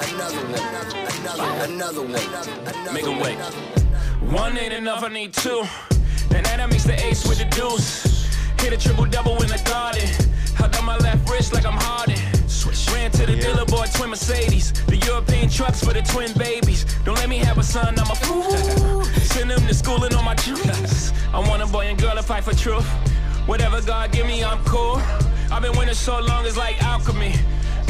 another one, another one. Make a way. One ain't enough, I need two. And that makes the ace with the deuce. Hit a triple double in the garden. Hugged on my left wrist like I'm Harden. Switch. Ran to the dealer, bought twin Mercedes. The European trucks for the twin babies. Don't let me have a son, I'm a fool. Send him to school and on my juice. I want a boy and girl to fight for truth. Whatever God give me, I'm cool. I've been winning so long, it's like alchemy.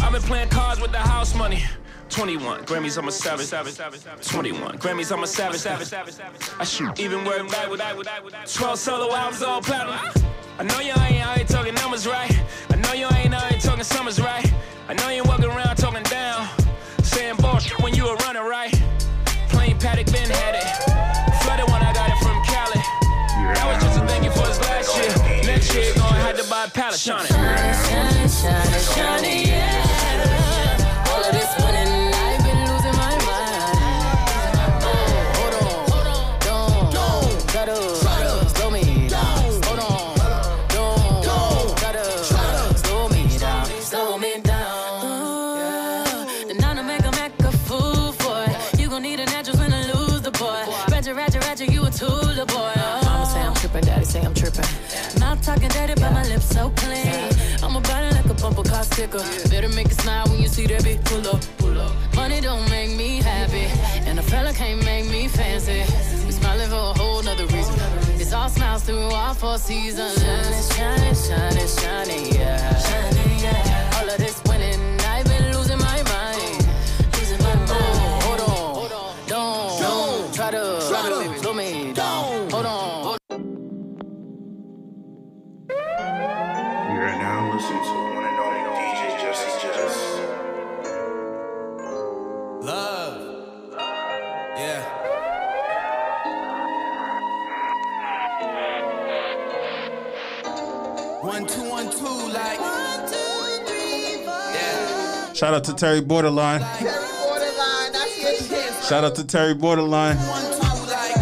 I've been playing cards with the house money. 21 Grammys, I'm a savage. 21 Grammys, I'm a savage. I shoot even word back with 12 solo albums, all platinum. I know you ain't out here talking numbers right. I know you ain't out here talking summers right. I know you ain't walking around talking down. Saying bullshit when you a runner right. Plain paddock, been had it. Flooded when I got it from Cali. That was just a thank you for us last year. Next year, gonna have to buy a pallet. Shine it. Shiny, shiny, shiny, yeah. All of this winning, I've been losing my mind. Oh, hold on, don't, don't, gotta slow me down. Hold on, don't, don't, gotta slow me down, slow me down. Then I'ma make a make a fool for it. You gon' need an address when I lose the boy. Roger, Roger, Roger, you a tool, boy. Mama say I'm trippin', daddy say I'm trippin'. Mouth talking dirty, but my lips so clean. I'm about it like a bumper car sticker. Better make a smile when you see that bitch pull up, pull up. Money don't make me happy, and a fella can't make me fancy. We smiling for a whole nother reason. It's all smiles through all four seasons. Shining, shining, shining, shining, yeah. Shining, yeah. All of this winning, I've been losing my mind. Losing my mind. Oh, hold on, hold on, don't, don't try to, try to slow me down. Hold on. You're now listening to one and only DJ Justice Just. Love. Yeah. One, two, one, two, like. One, two, three, four. Yeah. Shout out to Terry Borderline. Terry Borderline, that's your shit. Shout out to Terry Borderline. One, two, like.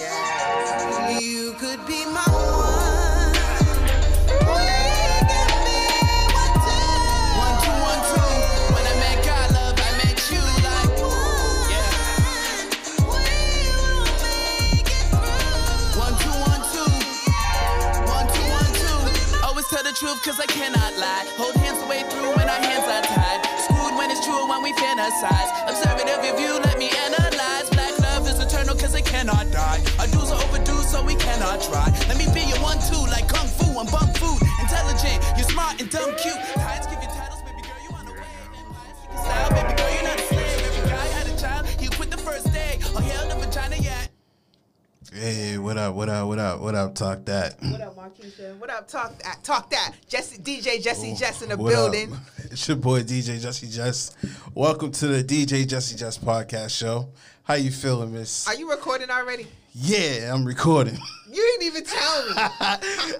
Yeah. You could be my one. We can be One, what you two, one, two. When I met God, love, I met you, like. want. Yeah. We will make it through. One, two, one, two. One, two, one, two. Always tell the truth, cause I cannot lie. Hold hands the way through when our hands are tied. Screwed when it's true, when we fantasize. Observative if you let me analyze. Black love is eternal, cause it cannot die. Our dues are overdue, so we cannot try. Let me be your one, two, like Kung Fu. I'm bum food. Intelligent, you're smart and dumb cute. Tides give you titles, baby girl, you on the way. Empires, you can style, baby girl, you're not a slave. Every guy had a child, he quit the first day. Oh, hell, the vagina, yeah. Hey, what up, what up, what up, what up, talk that. What up, Markeisha? What up, talk that? Talk that. Jesse, DJ Jesse Jess in the What up? building. It's your boy DJ Jesse Jess. Welcome to the DJ Jesse Jess podcast show. How you feeling, miss? Are you recording already? yeah, I'm recording. You didn't even tell me.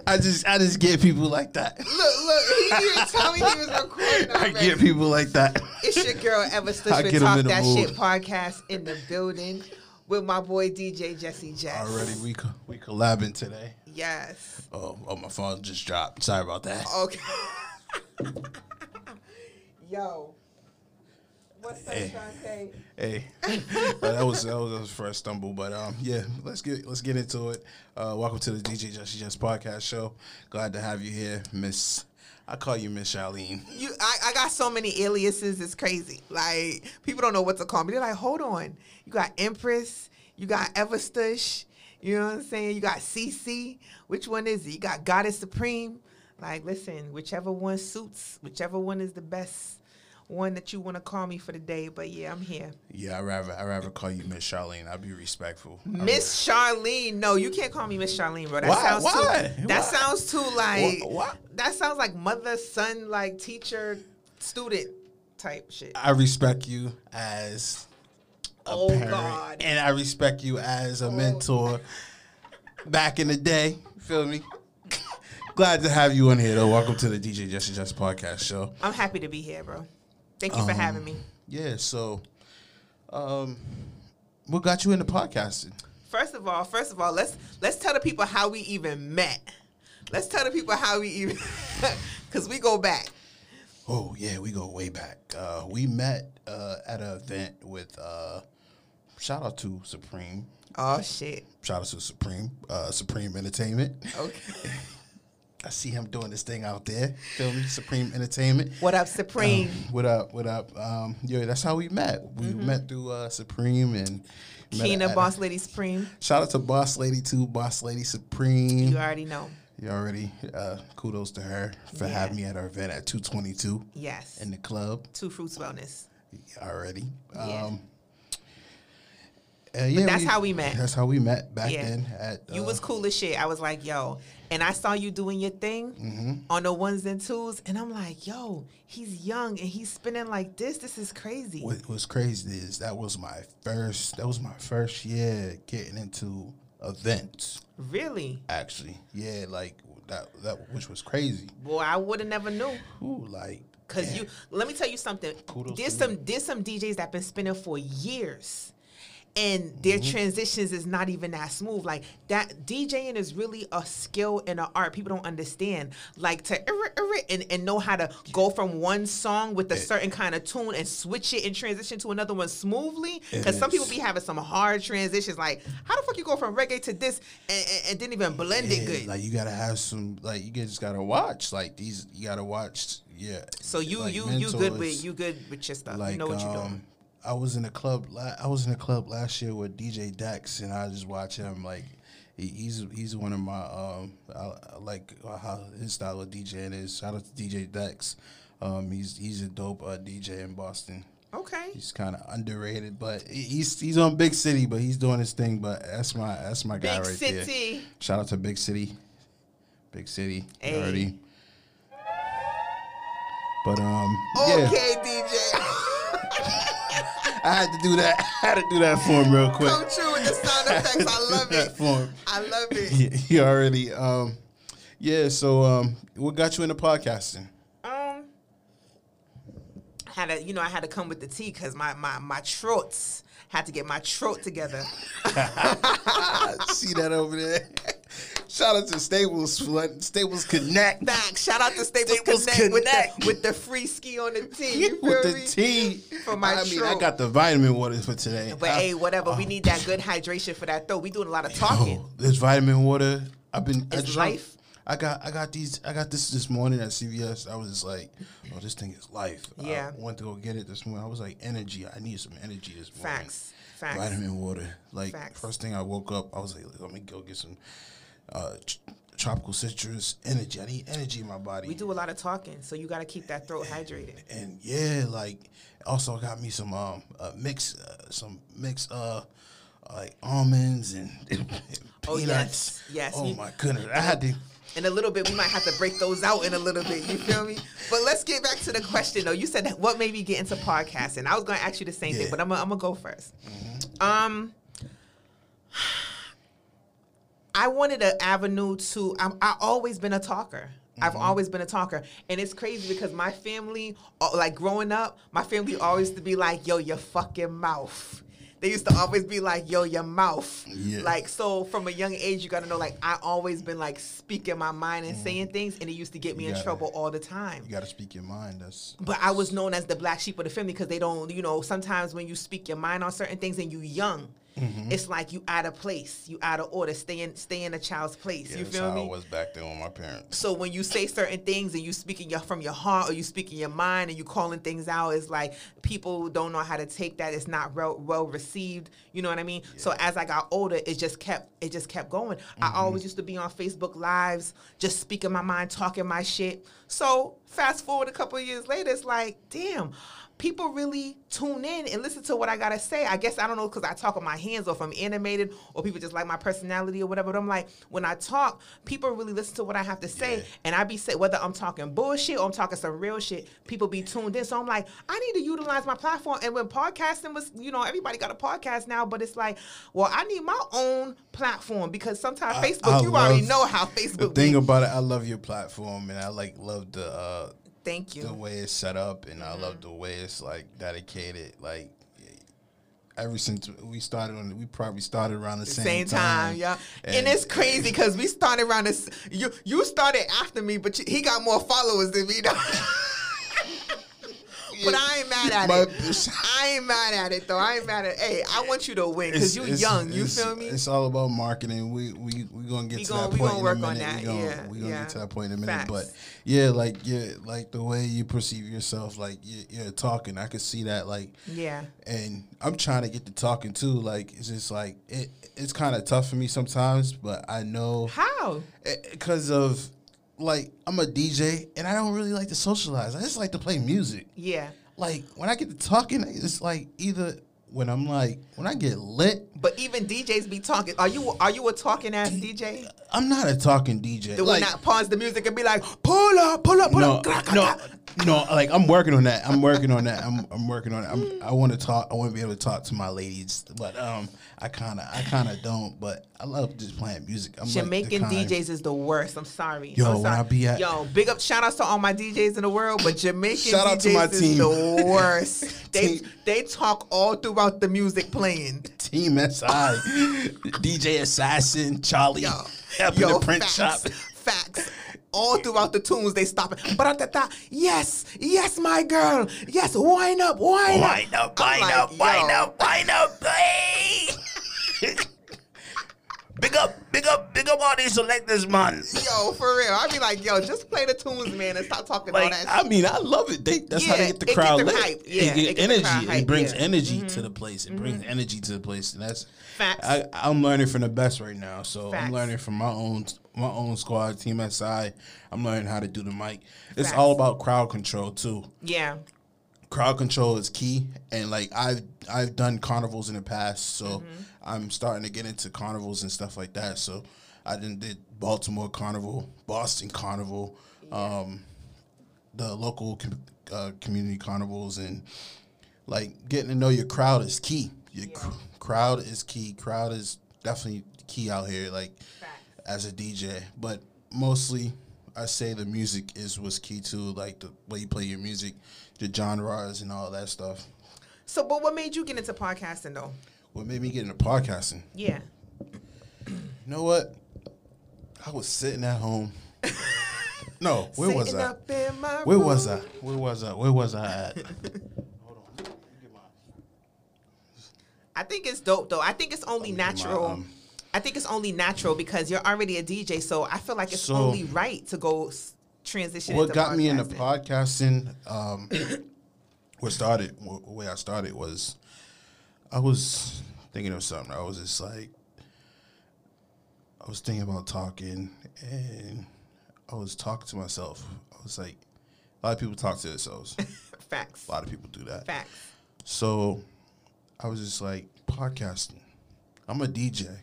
I just I just get people like that. Look, look, he didn't even tell me he was recording I already. get people like that. It's your girl Ever I Stitch with get 'em Talk in the That mood. Shit podcast in the building with my boy DJ Jesse Jess. Already we co- we collabing today. Yes. Oh, oh my phone just dropped. Sorry about that. Okay. Yo. What's up, Hey. Shantae? Hey, Uh, that was that was that was the first stumble, but um, yeah, let's get let's get into it. Uh, welcome to the DJ Jesse Jess podcast show. Glad to have you here, Miss. I call you Miss Charlene. You, I, I got so many aliases. It's crazy. Like people don't know what to call me. They're like, hold on. You got Empress. You got Everstush. You know what I'm saying? You got CC. Which one is it? You got Goddess Supreme. Like, listen, whichever one suits, whichever one is the best one that you want to call me for the day. But yeah, I'm here. Yeah, I would rather I would rather call you Miss Charlene. I'll be respectful. I would- Miss Charlene. No, you can't call me Miss Charlene, bro. Oh, That Why? sounds Why? too. That Why? sounds too like. Wh- why? That sounds like mother son like teacher student type shit. I respect you as a Oh, parent, God. Oh. and I respect you as a mentor. Back in the day, feel me. Glad to have you on here though. Welcome to the DJ Jesse Jess podcast show. I'm happy to be here, bro. Thank you Um, for having me. Yeah, so um what got you into podcasting? First of all, first of all, let's let's tell the people how we even met. Let's tell the people how we even cuz we go back. Oh yeah, we go way back. Uh, we met uh, at an event with uh, shout out to Supreme. Oh shit. Shout out to Supreme, uh, Supreme Entertainment. Okay. I see him doing this thing out there. Feel me? Supreme Entertainment. What up, Supreme? What up? What up? Um, yo, that's how we met. We met through uh, Supreme and met Kina, at a- Boss Lady Supreme. Shout out to Boss Lady too, Boss Lady Supreme. You You, already know. already uh, kudos to her for Yeah. having me at her event at 222 Yes. in the club Two Fruits Wellness. already. Yeah. Um, uh, yeah, that's how we met. That's how we met back Yeah. then. At You uh, was cool as shit. I was like, yo. And I saw you doing your thing Mm-hmm. on the ones and twos. And I'm like, yo, he's young and he's spinning like this. This is crazy. What was crazy is that was my first. That was my first year getting into events. Really? Actually, yeah, like that. That which was crazy. Well, I would have never knew. Ooh, like Cause you let me tell you something. Kudos there's to some there's some DJs that been spinning for years. And their Mm-hmm. transitions is not even that smooth. Like that DJing is really a skill and an art. People don't understand. Like to irra- irra- and, and know how to go from one song with a certain kind of tune and switch it and transition to another one smoothly. It Because some people is. be having some hard transitions. Like how the fuck you go from reggae to this and, and, and didn't even blend it Yeah, good. Like you gotta have some. Like you just gotta watch. Like these, you gotta watch. Yeah. so you like, you you good mentors. with you good with your stuff. Like you know what you're doing. um, I was in a club. La- I was in a club last year with DJ Dax, and I just watch him. Like he- he's he's one of my um. I, I like how his style of DJing is. Shout out to DJ Dax. Um, he's he's a dope uh, DJ in Boston. Okay. He's kind of underrated, but he- he's he's on Big City, but he's doing his thing. But that's my that's my guy Big right there. City. Shout out to Big City, Big City, you Hey. already. But um, Oh, yeah, Okay, DJ. I had to do that. I had to do that for him real quick. Come true with the sound effects. I love That it. for him. I love it. He, he already um, yeah. So um, what got you into podcasting? Um, had to, you know, I had to come with the tea because my my my trots had to get my trot together. I see that over there. Shout out to Stables, Flood- Stables Connect. Back. Shout out to Staples, Staples Connect, with Connect. the with the free ski on the tea. You feel with the me? tea. For my I mean, I throat. got uh, the vitamin water for today. But I- hey, whatever. we need that good hydration for that throat. We doing a lot of talking. Oh, this vitamin water. I've been. I It's drunk- life. I got. I got these. I got this this morning at CVS. I was just like, oh, this thing is life. Yeah. I went to go get it this morning. I was like, energy. I need some energy this morning. Facts. Facts. Vitamin water. Like Facts. first thing I woke up, I was like, let me go get some. Uh, tr- Tropical citrus energy. I need energy in my body. We do a lot of talking, so you got to keep that throat hydrated. and yeah, like also got me some um uh, mix uh, some mix uh like almonds and, and Oh, peanuts. yes, yes. Oh You- my goodness, I had to. in a little bit we might have to break those out in a little bit you feel me but let's get back to the question though you said that what made me get into podcasting i was going to ask you the same Yeah. thing but i'm gonna I'm gonna go 1st um i wanted an avenue to I'm, i always been a talker Mm-hmm. I've always been a talker, and it's crazy because my family, uh, like growing up, my family always to be like, "Yo, your fucking mouth." They used to always be like, "Yo, your mouth." Yeah. Like like, so from a young age you gotta know like I always been like speaking my mind and saying things and it used to get Mm-hmm. me You in gotta- trouble all the time. You got to speak your mind. That's But I was known as the black sheep of the family because they don't, you know, sometimes when you speak your mind on certain things and you young, it's like you out of place, you out of order, stay in stay in a child's place. yeah, you that's feel how me? I was back then with my parents. So when you say certain things and you speaking your from your heart or you speaking your mind and you calling things out, it's like people don't know how to take that. It's not well, well received. You know what I mean? So as I got older, it just kept it just kept going. I always used to be on Facebook lives, just speaking my mind, talking my shit. So fast forward a couple of years later, it's like, damn. People really tune in and listen to what I gotta say. I guess I don't know because I talk with my hands or if I'm animated or people just like my personality or whatever. But I'm like, when I talk, people really listen to what I have to say. And I be said whether I'm talking bullshit or I'm talking some real shit, people be tuned in. So I'm like, I need to utilize my platform. And when podcasting was, you know, everybody got a podcast now, but it's like, well, I need my own platform because sometimes I- Facebook, I you already love know how The Facebook thing be. about it, I love your platform, and I like love the uh Thank the you. way it's set up, and I Mm-hmm. love the way it's like dedicated. Like ever since we started on, we probably started around the, same, time, yeah. And, it's crazy because we started around this. You you started after me, but you, he got more followers than me. Though. but I ain't mad at My- it. I ain't mad at it though. I ain't mad at. Hey, I want you to win It's- because you it's- young. You it's- feel me? It's all about marketing. We we we gonna get We to gonna- we that point gonna in work a on minute. that, We gonna, yeah, we gonna yeah. get to that point in a minute. Facts. But yeah, like yeah, like the way you perceive yourself, like you, you're talking. I could see that. Like Yeah. and I'm trying to get to talking too. Like it's just like it. It's kind of tough for me sometimes, but I know How? because Eh, of like I'm a DJ and I don't really like to socialize. I just like to play music Yeah. like when I get to talking, it's like either when I'm like when I get lit, But even DJs be talking. Are you are you a talking ass DJ? I'm not a talking DJ. That like, will not pause the music and be like, pull up, pull up, pull no, up. Crack, no, crack, crack. no. Like I'm working on that. I'm working on that. I'm I'm working on it. I'm, I want to talk. I want to be able to talk to my ladies, but um, I kind of I kind of don't. But I love just playing music. I'm Jamaican like the kind- DJs is the worst. I'm sorry. Yo, I'm when sorry. I be at- yo, big up, shout outs to all my DJs in the world, but Jamaican Shout DJs out to my is team. the worst. they Team. they talk all throughout the music playing. Team SI, DJ Assassin, Charlie, Yo, up in yo, the print facts, shop. Facts. All throughout the tunes, they stop it. Ba-da-da-da. Yes, yes, my girl. Yes, wind up, wind up. Wind up, I'm wind like, up, wind yo. up, wind up, hey! big up, big up, big up all these selectors, man. Yo, for real. I'd be like, yo, just play the tunes, man, and stop talking all Like, that shit. I mean, I love it. They, that's how Yeah, they get the it get crowd the lit. hype. It Yeah, get it get the energy. crowd hype, it brings yeah. Mm-hmm. energy to the place. It brings energy to the place, and that's Facts. I, I'm learning from the best right now. So Facts. I'm learning from my own my own squad, Team SI. I'm learning how to do the mic. It's Facts. all about crowd control too. Yeah. crowd control is key and like i've i've done carnivals in the past so i'm starting to get into carnivals and stuff like that so i done did baltimore carnival boston carnival um the local com- uh, community carnivals and like getting to know your crowd is key your cr- crowd is key crowd is definitely key out here like as a dj but mostly i say the music is what's key to like the way you play your music the genres and all that stuff So, but what made you get into podcasting though? what made me get into podcasting Yeah. you know what i was sitting at home no where was Sitting i up in my Where was I? room. Where was I? Where was I at? I think it's dope though. I think it's only me get my, natural. um, I think it's only natural because you're already a DJ, so I feel like it's So- only right to go s- transition. what into got me into podcasting. podcasting, um, what started, wh- where I started was, I was thinking of something. I was just like, I was thinking about talking, and I was talking to myself. I was like, a lot of people talk to themselves. a Facts. lot of people do that. Facts. So I was just like, podcasting. I'm a DJ.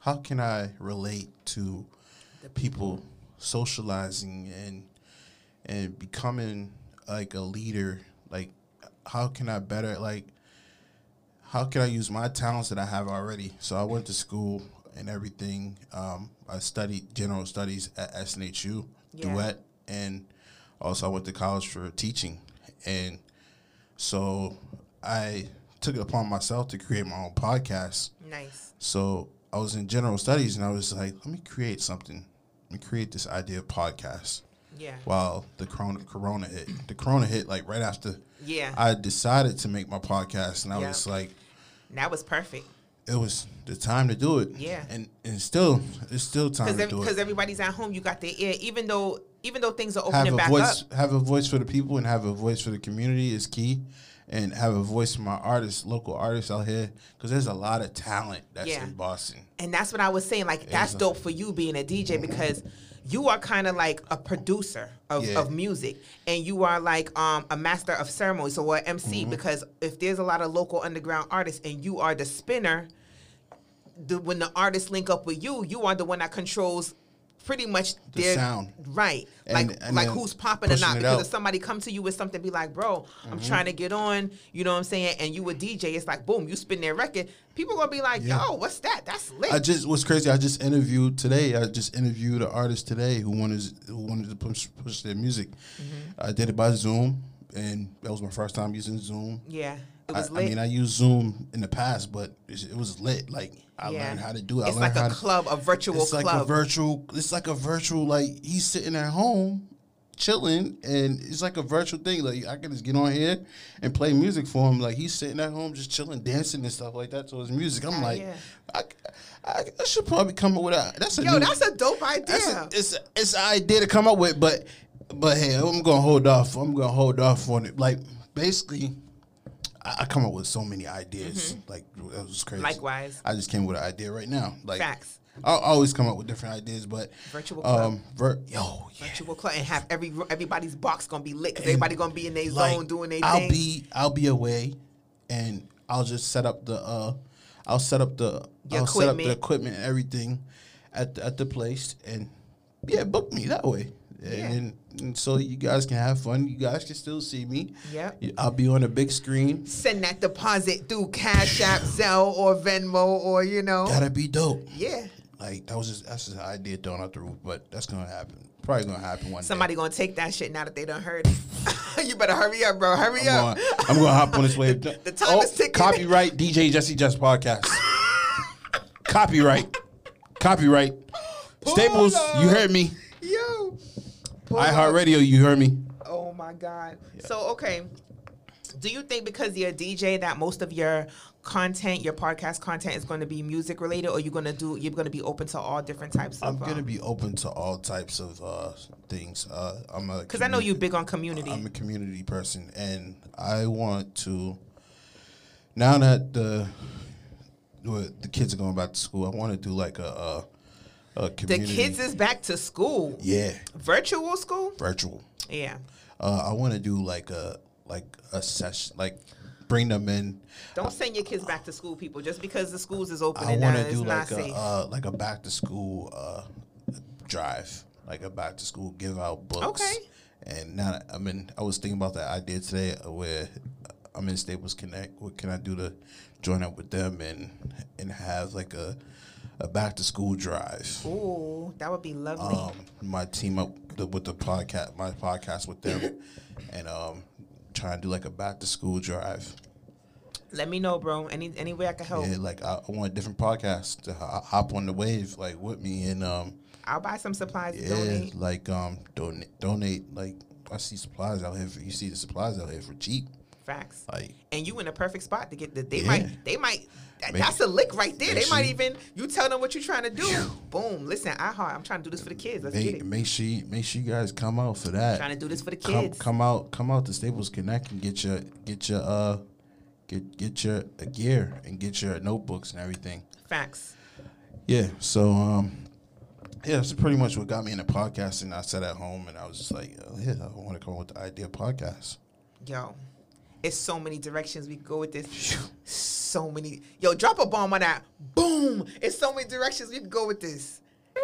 How can I relate to people socializing and and becoming like a leader? Like how can I better like how can I use my talents that I have already? So I went to school and everything. Um, I studied general studies at SNHU, Yeah. Duet, and also I went to college for teaching. And so I took it upon myself to create my own podcast. Nice. So I was in general studies and I was like, let me create something. Let me create this idea of podcast Yeah. while the corona, corona hit. The corona hit like right after Yeah. I decided to make my podcast and I Yeah. was like, that was perfect it was the time to do it. Yeah. And and still it's still time because to do it. everybody's at home. You got their ear, even though even though things are have opening a back voice up. have a voice for the people and have a voice for the community is key and have a voice for my artists local artists out here because there's a lot of talent that's Yeah. in boston And that's what I was saying. Like that's Exactly. dope for you being a DJ because you are kind of like a producer of, Yeah. of music, and you are like um, a master of ceremonies or an MC. Mm-hmm. Because if there's a lot of local underground artists, and you are the spinner, the, when the artists link up with you, you are the one that controls pretty much The their sound. right? And- like and like then who's popping or pushing not? it Because out. Mm-hmm. if somebody come to you with something, be like, bro, I'm trying to get on. You know what I'm saying? And you a DJ, it's like boom, you spin their record. People gonna be like, Yeah. yo, what's that? That's lit. i just what's crazy i just interviewed today i just interviewed an artist today who wanted who wanted to push push their music Mm-hmm. i did it by zoom and that was my first time using zoom yeah, it I, was I lit. mean, I used Zoom in the past, but it's- it was lit. Like I Yeah. learned how to do it. I It's learned like a how to- club, a virtual it's like a club. virtual. It's like a virtual. Like he's sitting at home chilling, and it's like a virtual thing. Like I can just get on here and play music for him. Like he's sitting at home just chilling, dancing and stuff like that to his music. I'm like, yeah. I, I, I should probably come up with a that's a Yo, new- that's a dope idea. that's a- it's a, it's an idea to come up with, but but hey, I'm gonna hold off. I'm gonna hold off on it. Like basically, I, I come up with so many ideas. Like that was crazy. Mm-hmm. Likewise. I just came with an idea right now. Like Facts. I I always come up with different ideas, but Virtual club. um, ver- yo, yeah. Virtual club and have every everybody's box gonna be lit because everybody gonna be in their zone doing their I'll thing. be I'll be away, and I'll just set up the uh, I'll set up the Your I'll set up the equipment. equipment and everything at the, at the place, and yeah, book me that way. And, and so you guys can have fun. You guys can still see me. Yep. I'll be on a big screen. Send that deposit through Cash App, Zelle, or Venmo, or you know. That'd be dope. yeah. Like that was just that's just an idea thrown out the roof, but that's gonna happen. Probably gonna happen one Somebody day. gonna take that shit now that they done heard it. you better hurry up, bro. Hurry I'm up. gonna, I'm gonna hop on this wave. the time is ticking. Copyright DJ Jesse Just podcast. copyright. Copyright. Staples, you heard me. Yo. Pull up. iHeartRadio, you heard me. Oh my God. So okay. Do you think because you're a DJ that most of your content, your podcast content is going to be music related or you're going to do you're going to be open to all different types I'm of um, gonna be open to all types of uh, things. Uh, I'm a Cuz I know commu- you're big on community. I'm a community person, and I want to. Now that the what the kids are going back to school, I want to do like a a, a the community. kids is back to school. yeah Virtual school? virtual. Yeah. Uh, I want to do like a like a session, like bring them in. Don't send your kids back to school, people. Just because the schools is open I and want now to it's do not like a safe. uh, like a back to school uh, drive, like a back to school give out books. Okay. And now that- I mean, I was thinking about that idea today where I'm in Staples Connect. What can I do to join up with them and and have like a a back to school drive? Ooh, that would be lovely. um, my team up the, with the podcast, my podcast with them, and um, trying to do like a back to school drive. Let me know, bro. Any any way I can help. Yeah, like I, I want different podcasts to ho- hop on the wave like with me and um, I'll buy some supplies to yeah, donate. like um, donate, donate. Like I see supplies out here. For, you see the supplies out here for cheap. Facts. Like and you in a perfect spot to get the. They Yeah. might. They might. that- Make- that's a lick right there. make They might sure- even. You tell them what you're trying to do. Boom. Listen, I heart. I'm trying to do this for the kids. Let's get make it. make sure you, make sure you guys come out for that. Trying to do this for the come, kids. come out come out to Staples Connect and get your get your uh get get your uh, gear and get your notebooks and everything. Facts. Yeah. So um yeah, that's pretty much what got me into podcasting. I sat at home and I was just like, oh, yeah, I want to come up with the idea of podcast. Yo, it's so many directions we could go with this. So many. Yo, drop a bomb on that. Boom. It's so many directions we could go with this. I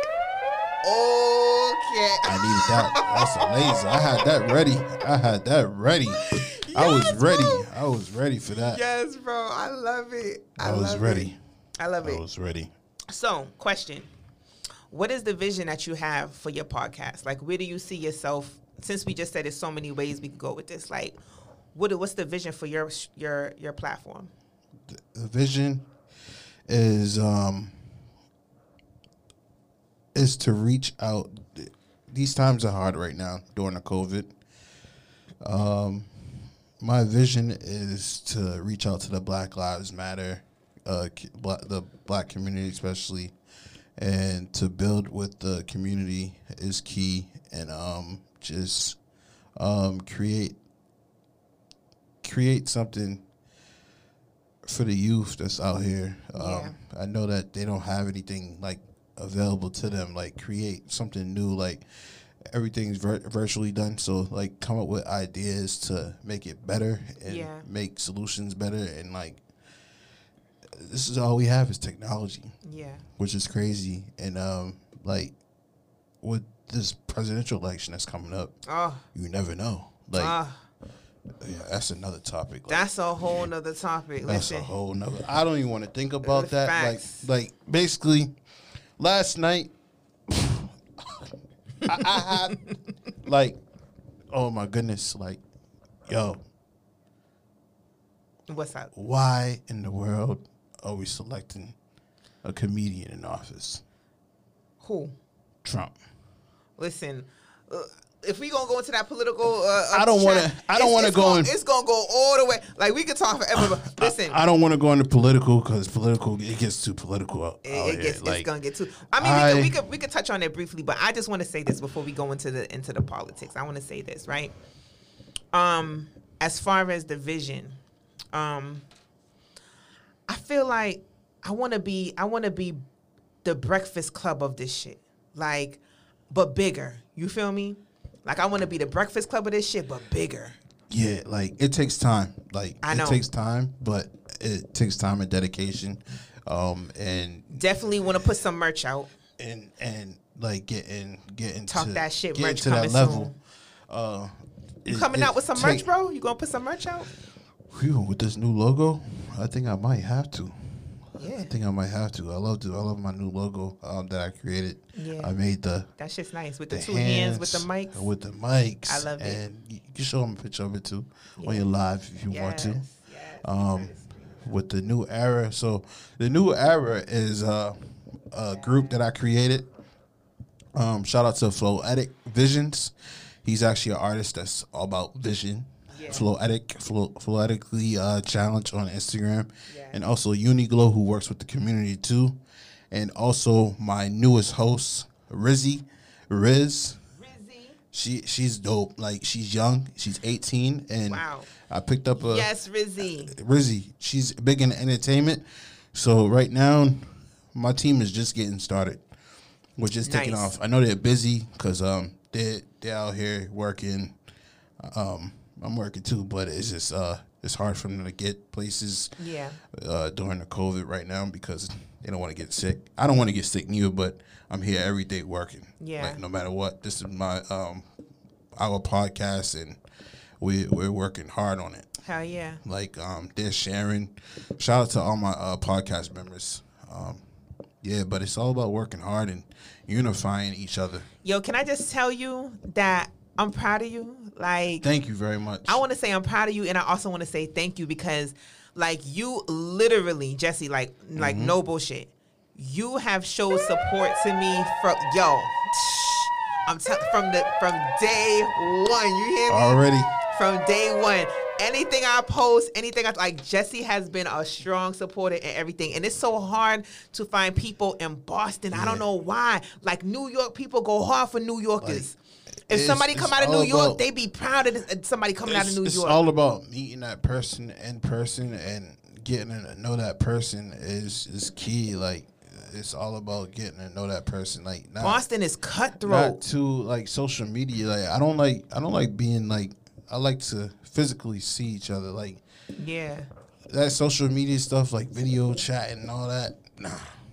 Okay. needed that. That's amazing. I had that ready. I had that ready. I was Yes, ready. bro. I was ready for that. Yes, bro. I love it. I, I was love it. ready. I love I it. was ready. So, question. What is the vision that you have for your podcast? Like, where do you see yourself? Since we just said there's so many ways we could go with this, like, what what's the vision for your your your platform? the vision is um is to reach out these times are hard right now during the covid um my vision is to reach out to the black lives matter uh c- bla- the black community especially and to build with the community is key and um just um create create something for the youth that's out here. Um, I know that they don't have anything like available to them. Like create something new. Like everything's vir- virtually done. So like come up with ideas to make it better and Yeah. make solutions better. And like this is all we have is technology Yeah, which is crazy. And um, like with this presidential election that's coming up, Oh. you never know. Like, Ah. yeah, that's another topic. Like, that's a whole nother topic. that's Listen, a whole nother. I don't even want to think about that. Facts. Like, like basically, last night, I, I had like, oh my goodness, like, yo, what's up? why in the world are we selecting a comedian in office? Who? Trump. Listen, uh, if we gonna go into that political, uh, I don't chat, wanna- I don't it's- wanna it's go gonna- in- It's gonna go all the way. Like we could talk forever. But listen, I don't want to go into political because political it gets too political. Out, it, out it gets, here. Oh, Like, it's gonna get too. I I- mean, we, could, we could we could touch on it briefly, but I just want to say this before we go into the into the politics. I want to say this right. Um, as far as the vision, um, I feel like I want to be I want to be the Breakfast Club of this shit, like, but bigger. You feel me? Like I want to be the Breakfast Club of this shit, but bigger. yeah, like it takes time. Like I it know. takes time, but it takes time and dedication. Um, and Definitely want to put some merch out. and and like getting getting Talk to, that shit, getting merch to that coming level. Uh, You coming out with some merch, bro? You gonna put some merch out? Phew, with this new logo, I think I might have to. Yeah. I think I might have to. I love to. I love my new logo um, that I created. Yeah. I made the That shit's nice with the the, two hands, with the hands, mics. With the mics. I love it. And you can show them a picture of it too on your live if you want to. Yes, yes. Um, with the new era. So the new era is uh, a group that I created. Um, shout out to Floetic Visions. He's actually an artist that's all about vision. Yeah. Floetic, Flo- Floetically uh, Challenge on Instagram. Yeah. And also Uniglow, who works with the community too. And also my newest host, Rizzy. Riz. She she's dope. Like she's young. She's 18, and Wow. I picked up a yes, Rizzy. Rizzy. She's big in entertainment. So right now, my team is just getting started. We're just taking Nice. off. I know they're busy because um they they're out here working. Um, I'm working too, but it's just uh it's hard for them to get places. Yeah. Uh, during the COVID right now because they don't want to get sick. I don't want to get sick neither, but I'm here every day working. Yeah. Like no matter what, this is my um our podcast and we we're working hard on it Hell yeah. like um they're sharing shout out to all my uh, podcast members um yeah but it's all about working hard and unifying each other Yo, can I just tell you that I'm proud of you? Like, thank you very much I want to say I'm proud of you, and I also want to say thank you because, like, you literally, Jesse, like, like Mm-hmm. no bullshit. You have showed support to me from yo. I'm tell from the from day one. You hear me? already from day one. Anything I post, anything I like, Jesse has been a strong supporter in everything. And it's so hard to find people in Boston. I don't know why. Like New York people go hard for New Yorkers. if it's- somebody it's come out of all New York, about- they be proud of this- uh, somebody coming out it's, of New it's York. all about meeting that person in person and getting to know that person is is key like it's all about getting to know that person like not, Boston is not cutthroat. to like social media like i don't like i don't like being like i like to physically see each other like yeah. that social media stuff like video chat and all that. Nah.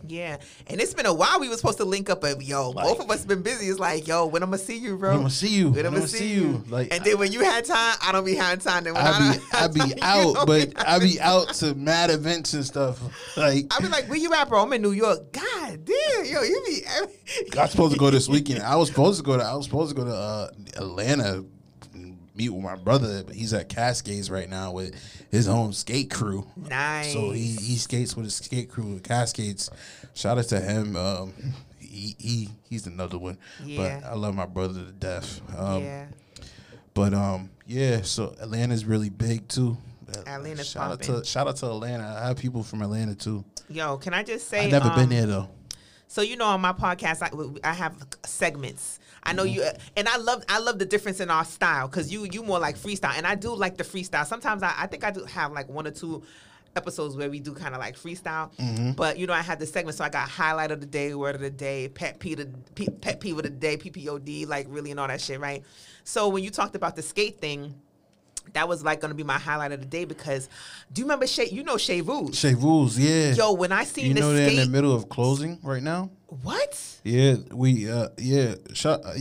Yeah. And it's been a while we were supposed to link up, but yo, both of us been busy. It's like, yo, when I'm going to see you, bro? I'ma see you. When I'm I'ma going to see you. Like and then when you had time, I don't be having time. Then when I, I don't be have I be time, you out, don't but be I be out to mad events and stuff. Like I be like, where you at, bro? I'm in New York. God damn, yo, you be. I was supposed to go this weekend. I was supposed to go to I was supposed to go to uh, Atlanta and meet with my brother, but he's at Cascades right now with his own skate crew. Nice. So he, he skates with his skate crew with Cascades. Shout out to him. Um, he, he he's another one. Yeah. But I love my brother to death. Um, yeah, But um, yeah. So Atlanta's really big too. Uh, Atlanta's shout out poppin'. to shout out to Atlanta. I have people from Atlanta too. yo, can I just say? I've never um, been there though. So you know, on my podcast, I, I have segments. I Mm-hmm. know you, uh, and I love I love the difference in our style because you you more like freestyle, and I do like the freestyle. Sometimes I, I think I do have like one or two episodes where we do kind of like freestyle, Mm-hmm. but you know I had the segment, so I got highlight of the day, word of the day, pet peeve, of- pe- pet peeve of the day, PPOD, like really and all that shit, right? So when you talked about the skate thing. That was like gonna be my highlight of the day because, do you remember Shay? You know Shay Vu. Chez Vuz, yeah. Yo, when I seen you the know they're in skate, the middle of closing right now. what? Yeah, we uh yeah, shut uh,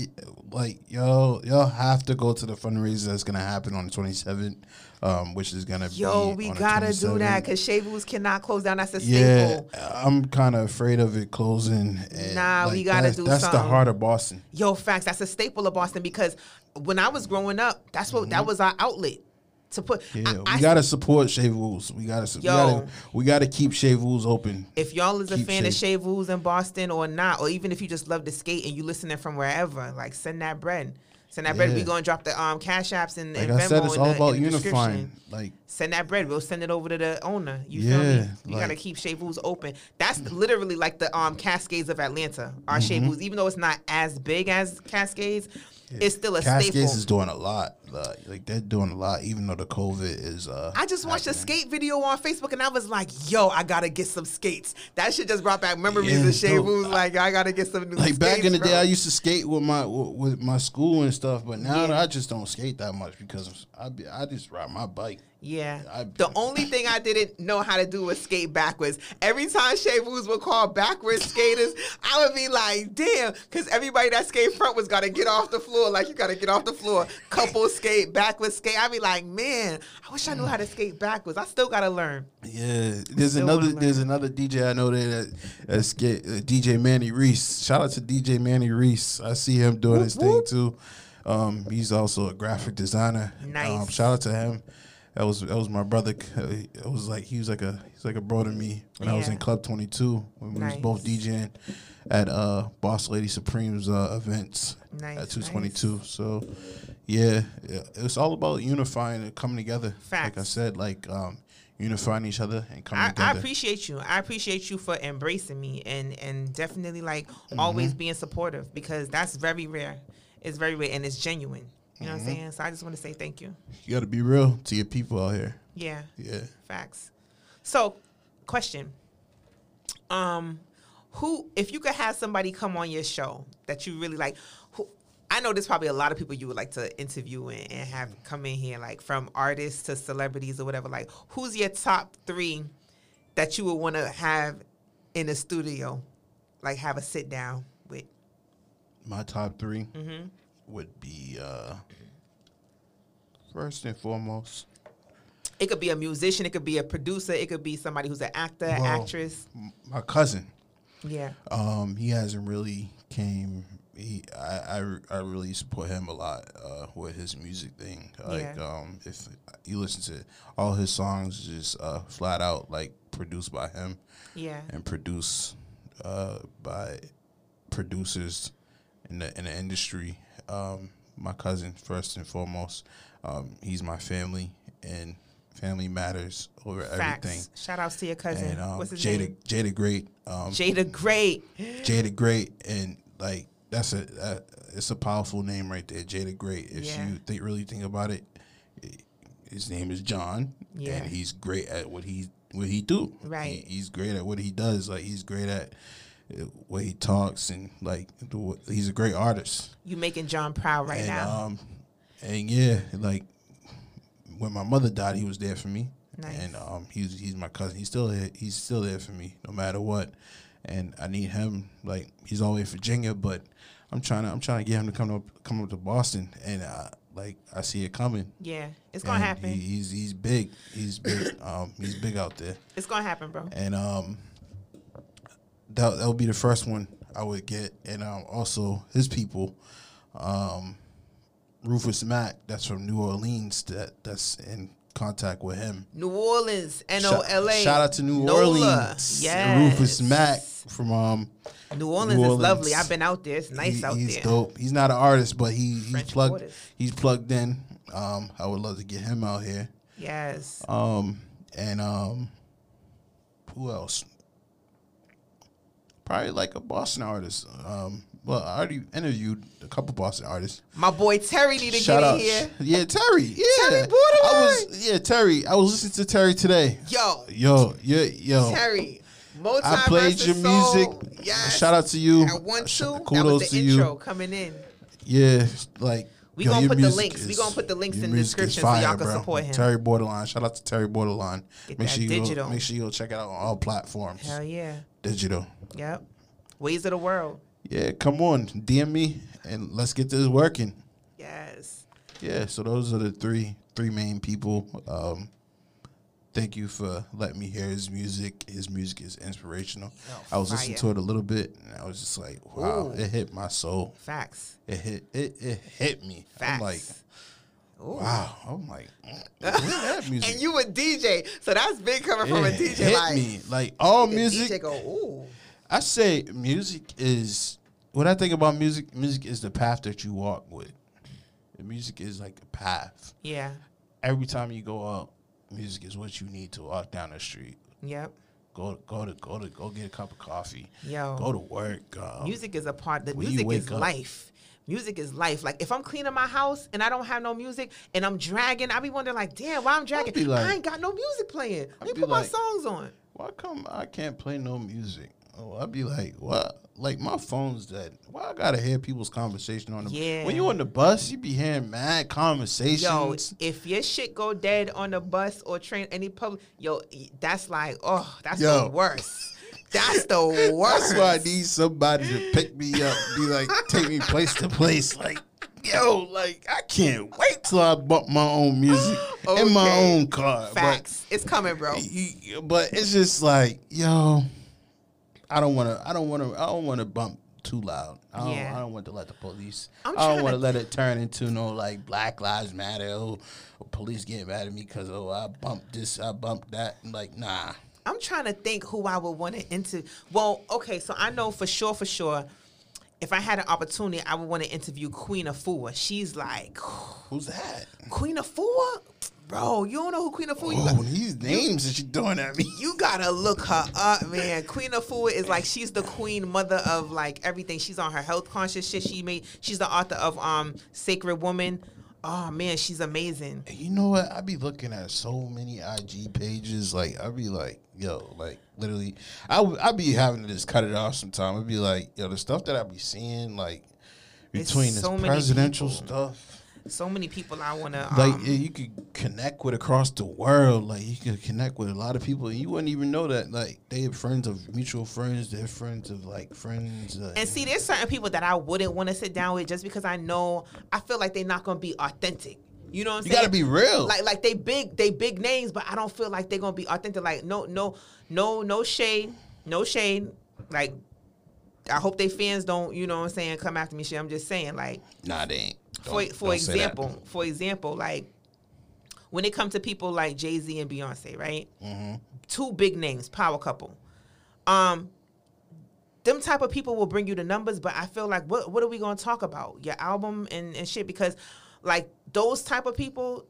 like y'all y'all have to go to the fundraiser that's gonna happen on the twenty seventh, um, which is gonna be Yo, we on the gotta do 27th. that because Shavu's cannot close down. That's a yeah, staple. I'm kind of afraid of it closing. and, Nah, we gotta that's, do That's the something. heart of Boston. Yo, facts. That's a staple of Boston because when I was growing up, that's what that was our outlet to put. Mm-hmm. Yeah, I- we I- gotta support Shave Rules. We gotta, su- we Yo. gotta, we gotta keep Shave Rules open. if y'all is a keep fan of Shay- Shavu's in Boston or not, or even if you just love to skate and you listening from wherever, like send that bread. Send that bread. We Yeah. gonna drop the um cash apps and, Like and I said, Venmo it's in all the- about in the description. unifying. Like Send that bread. We'll send it over to the owner. You feel me? Yeah, You gotta like- keep Shavu's open. That's literally like the um Cascades of Atlanta. Our Mm-hmm. Shavu's, even though it's not as big as Cascades, it's still a staple. Cascades is doing a lot. Like, like they're doing a lot, even though the COVID is. Uh, I just watched a happening. skate video on Facebook and I was like, yo, I gotta get some skates. That shit just brought back memories Yeah, of Shea dope. Boo's. Like, I gotta get some new Like back skates, in the bro. day, I used to skate with my with with my school and stuff, but now I just don't skate that much because I be, I just ride my bike. Yeah. I- the only thing I didn't know how to do was skate backwards. Every time Shea Boo's would call backwards skaters, I would be like, damn, because everybody that skate front was gotta get off the floor. Like, you gotta get off the floor. Couple skate, backwards skate. I'd be like, man, I wish I knew how to skate backwards. I still gotta learn. Yeah, there's Still wanna another learn. there's another DJ I know that that skate uh, DJ Manny Reese. Shout out to DJ Manny Reese. I see him doing his thing whoop. too. Um, he's also a graphic designer. Nice. Um, shout out to him. That was that was my brother. C- uh, It was like he was like a he's like a bro to me when I was in Yeah. Club Twenty Two when we Nice. was both DJing at uh Boss Lady Supreme's uh, events at Nice, nice. two twenty two. So yeah, yeah, it's all about unifying and coming together. Like I Facts. said, like um, unifying each other and coming I, together. I appreciate you. I appreciate you for embracing me and and definitely like Mm-hmm. always being supportive because that's very rare. It's very rare and it's genuine. You know Mm-hmm. what I'm saying? So I just want to say thank you. you got to be real to your people out here. Yeah. Yeah. Facts. So, question. Um, who if you could have somebody come on your show that you really like? Who I know there's probably a lot of people you would like to interview and, and have come in here, like from artists to celebrities or whatever. Like, who's your top three that you would want to have in the studio, like have a sit down with? My top 3 Mm-hmm. would be uh, first and foremost It could be a musician, it could be a producer, it could be somebody who's an actor, Well- actress. m- my cousin. Yeah, Um, he hasn't really came. He, I, I, I really support him a lot uh, with his music thing. Like, Yeah. um, if you listen to all his songs, just uh, flat out like produced by him. yeah. and produced uh, by producers in the in the industry. Um, my cousin, first and foremost, um, he's my family, and family matters over Facts. uh, everything. Shout outs to your cousin. And um, What's his Jada, name? Jada Great, um, Jada Great. Jada Great, and like that's a uh, it's a powerful name right there, Jada Great. If Yeah. you think really think about it, i- his name is John, Yeah. and he's great at what he what he do. Right. He- he's great at what he does. Like he's great at uh, what he talks and like the, wa- he's a great artist. You making John proud right and now. um, and yeah, like when my mother died, he was there for me. Nice. And um, he's he's my cousin. He's still there. He's still there for me, no matter what. And I need him. Like he's all the way in Virginia, but I'm trying to I'm trying to get him to come up come up to Boston. And I, like I see it coming. yeah, it's gonna And happen. He, he's he's big. He's big. um, he's big out there. it's gonna happen, bro. And um, that that would be the first one I would get. And um, also his people, um, Rufus Mack, that's from New Orleans. That that's in contact with him. New Orleans, N Shout- O L A. Shout out to New Orleans. Yeah. Rufus Mack from um. New Orleans New is Orleans. lovely. I've been out there. It's nice he- out he's there. dope. He's not an artist, but he he's French plugged. Quarters. He's plugged in. Um, I would love to get him out here. Yes. Um, and um, who else? Probably like a Boston artist. Um, well, I already interviewed a couple Boston artists. My boy Terry need to get in here. yeah, Terry. Yeah, Terry Borderline. I was, yeah, Terry. I was listening to Terry today. Yo, Yo, yeah, yo. Terry. Motown I played versus your soul. music. Yes. Shout out to you. At one Sh- two. That Kudos was to the intro you. coming in. Yeah, like We yo, gonna your put the music links- we is- gonna put the links your in the music is description so y'all fire, can bro. support him. Terry Borderline. Shout out to Terry Borderline. make Get that sure you digital. Go, make sure you go check it out on all platforms. Hell yeah. Digital. Yep. Ways of the world. Yeah, come on, DM me and let's get this working. Yes. Yeah, so those are the three three main people. Um, thank you for letting me hear his music. His music is inspirational. I was listening Oh, fire. to it a little bit and I was just like, wow, Ooh. it hit my soul. Facts. It hit it it hit me. I'm Facts. like, Ooh. wow. Oh, I'm like, mm, where that music? And you a DJ, so that's big coming from a It DJ. hit Like me like all the music. DJ go, ooh, I say music is when I think about music. Music is the path that you walk with. The music is like a path. Yeah. Every time you go up, music is what you need to walk down the street. Yep. Go go to go to go get a cup of coffee. Yo. Go to work. Um, Music is a part. The when you music is wake up- life. Music is life. Like if I'm cleaning my house and I don't have no music and I'm dragging, I be wondering like, damn, why I'm dragging? be like- I ain't got no music playing. Let me be put my like- songs on. Why come I can't play no music? Oh, I'd be like, what? Like my phone's dead. Why I gotta hear people's conversation on the Yeah. when you on the bus, you be hearing mad conversations. Yo, if your shit go dead on the bus or train, any public, yo, that's like, oh, that's Yo. the worst. That's the worst. That's why I need somebody to pick me up, be like, take me place to place. Like, yo, like I can't wait till I bump my own music in my Okay. own car. Facts. it's coming, bro. But, y- but it's just like, yo, I don't wanna I don't wanna I don't wanna bump too loud. I don't, Yeah. I don't want to let the police. I'm I tryna- don't want to let it turn into no like Black Lives Matter. Oh, police getting mad at me because oh I bumped this, I bumped that. Like nah, I'm trying to think who I would want to interview. Well, okay, so I know for sure, for sure, if I had an opportunity, I would want to interview Queen Afua. She's like, who's that? Queen Afua? Bro, you don't know who Queen Afua is? Oh, these names that you're throwing at me. You gotta look her up, man. Queen of Food is like she's the queen mother of like everything. She's on her health conscious shit. She made she's the author of um Sacred Woman. Oh man, she's amazing. And You know what? I be looking at so many IG pages. Like I be like, yo, like literally, I w- I be having to just cut it off sometime. I be like, yo, the stuff that I be seeing, like It's between so this many presidential people. stuff, So many people I wanna um, like yeah, you could connect with across the world. Like you could connect with a lot of people, and you wouldn't even know that. Like they are friends of mutual friends. They're friends of like friends. Uh, and see there's certain people that I wouldn't wanna sit down with just because I know I feel like they're not gonna be authentic. You know what I'm you saying? gotta be real. Like like they big they big names, but I don't feel like they're gonna be authentic. Like no no no no shade, no shade. Like I hope they fans don't you know what I'm saying come after me. Shit, I'm just saying like nah, they ain't. for Don't- for don't say that. example for example like when it comes to people like Jay Z and Beyonce, right? Mm-hmm. Two big names, power couple. Um, them type of people will bring you the numbers, but I feel like what what are we gonna talk about? Your album and, and shit because like those type of people,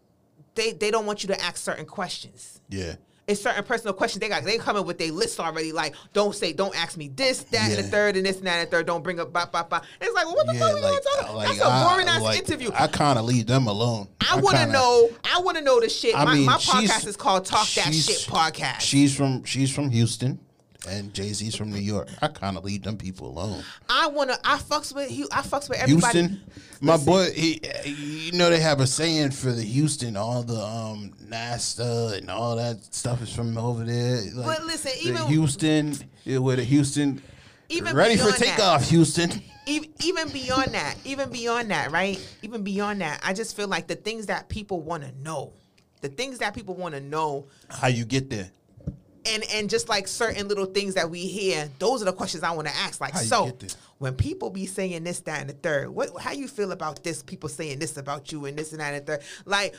they they don't want you to ask certain questions. yeah. It's certain personal questions they got. They coming with their list already. Like, don't say, don't ask me this, that, and the Yeah. third, and this, and that, and the third. Don't bring up, blah, blah, blah. And it's like, well, what the fuck we gonna talk about? like, That's a boring ass like, interview. I kind of leave them alone. I want to kinda- know. I want to know the shit. I my, mean, my she's- podcast is called Talk That she's- Shit Podcast. She's from she's from Houston, and Jay Z's from New York. I kind of leave them people alone. I want to. I fucks with. Hu- I fucks with everybody. Houston, my boy, he, you know they have a saying for the Houston, all the um NASA and all that stuff is from over there. Like, But listen, the even- Houston yeah, with a Houston, Even ready for beyond that. takeoff, Houston. even, even beyond that, even beyond that, right? Even beyond that, I just feel like the things that people want to know, the things that people want to know, How you get there? and and just like certain little things that we hear, those are the questions I want to ask. Like, How you so get there? when people be saying this, that, and the third, what how you feel about this? People saying this about you and this and that and the third, like.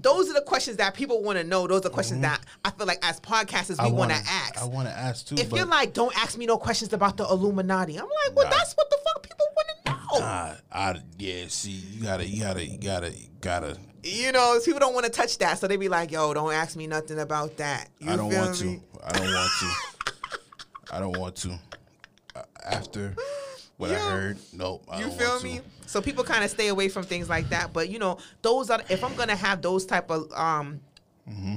Those are the questions that people want to know. Those are questions that I feel like as podcasters we want wanna- to Mm-hmm. I ask. want to ask too. If but you're like, don't ask me no questions about the Illuminati, I'm like, well, Nah. that's what the fuck people want to know. I, I yeah, see, you gotta, you gotta, you gotta, you gotta. You know, people don't want to touch that, so they be like, yo, don't ask me nothing about that. You I don't feel want me? to. I don't want to. I don't want to. A- After what I Yo, heard, nope. I You don't feel want me? To. So people kind of stay away from things like that. But you know, those are if I'm gonna have those type of um Mm-hmm.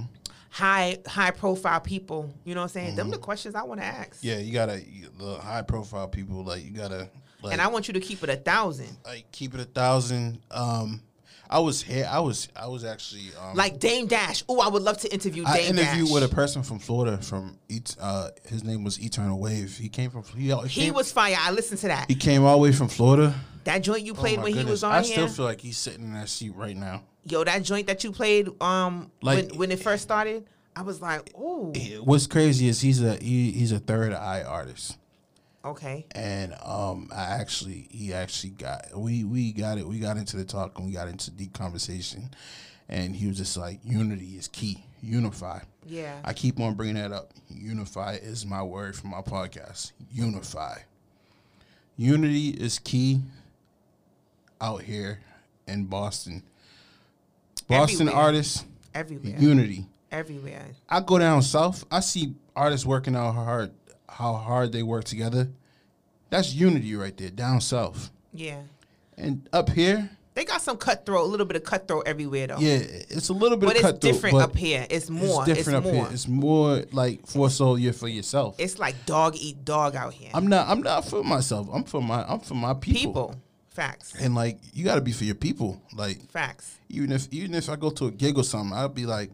high high profile people, you know what I'm saying? Them the questions I wanna ask. Mm-hmm. Yeah, you gotta you- the high profile people like you gotta like, And I want you to keep it a thousand. like keep it a thousand. Um, I was here. I was I was actually um, Like Dame Dash. Oh, I would love to interview Dame I interviewed Dash. with a person from Florida from Et- uh his name was Eternal Wave. He came from he, he, he came, was fire. I listened to that. he came all the way from Florida. That joint you Oh played my when he goodness. was on I here. still feel like he's sitting in that seat right now. Yo, that joint that you played um Like- when, when it first started, I was like, ooh, what's crazy is he's a he, he's a third eye artist okay. and um i actually he actually got we we got it we got into the talk and we got into deep conversation and he was just like unity is key unify Yeah. i keep on bringing that up unify is my word for my podcast unify unity is key out here in Boston. Boston Everywhere. artists, everywhere, unity. everywhere. I go down south. I see artists working out how hard how hard they work together. That's unity right there, down south. Yeah, And up here, they got some cutthroat, a little bit of cutthroat everywhere though. yeah, it's a little bit. but of it's cutthroat, different but up here. It's more. It's, It's different up more. here. It's more like for soul you for yourself. It's like dog eat dog out here. I'm not. I'm not for myself. I'm for my. I'm for my people. people, facts, And like you got to be for your people. Like facts. even if even if I go to a gig or something, I'll be like,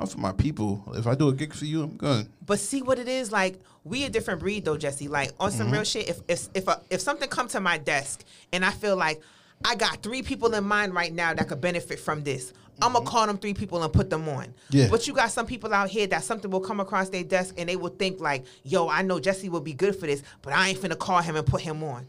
I'm for my people. If I do a gig for you, I'm good. But see what it is like. We a different breed though, Jesse. Like on Mm-hmm. some real shit. If if if, a, if something come to my desk and I feel like I got three people in mind right now that could benefit from this, I'm gonna call them three people and put them on. Mm-hmm. Yeah. But you got some people out here that something will come across their desk and they will think like, "Yo, I know Jesse will be good for this, but I ain't finna call him and put him on."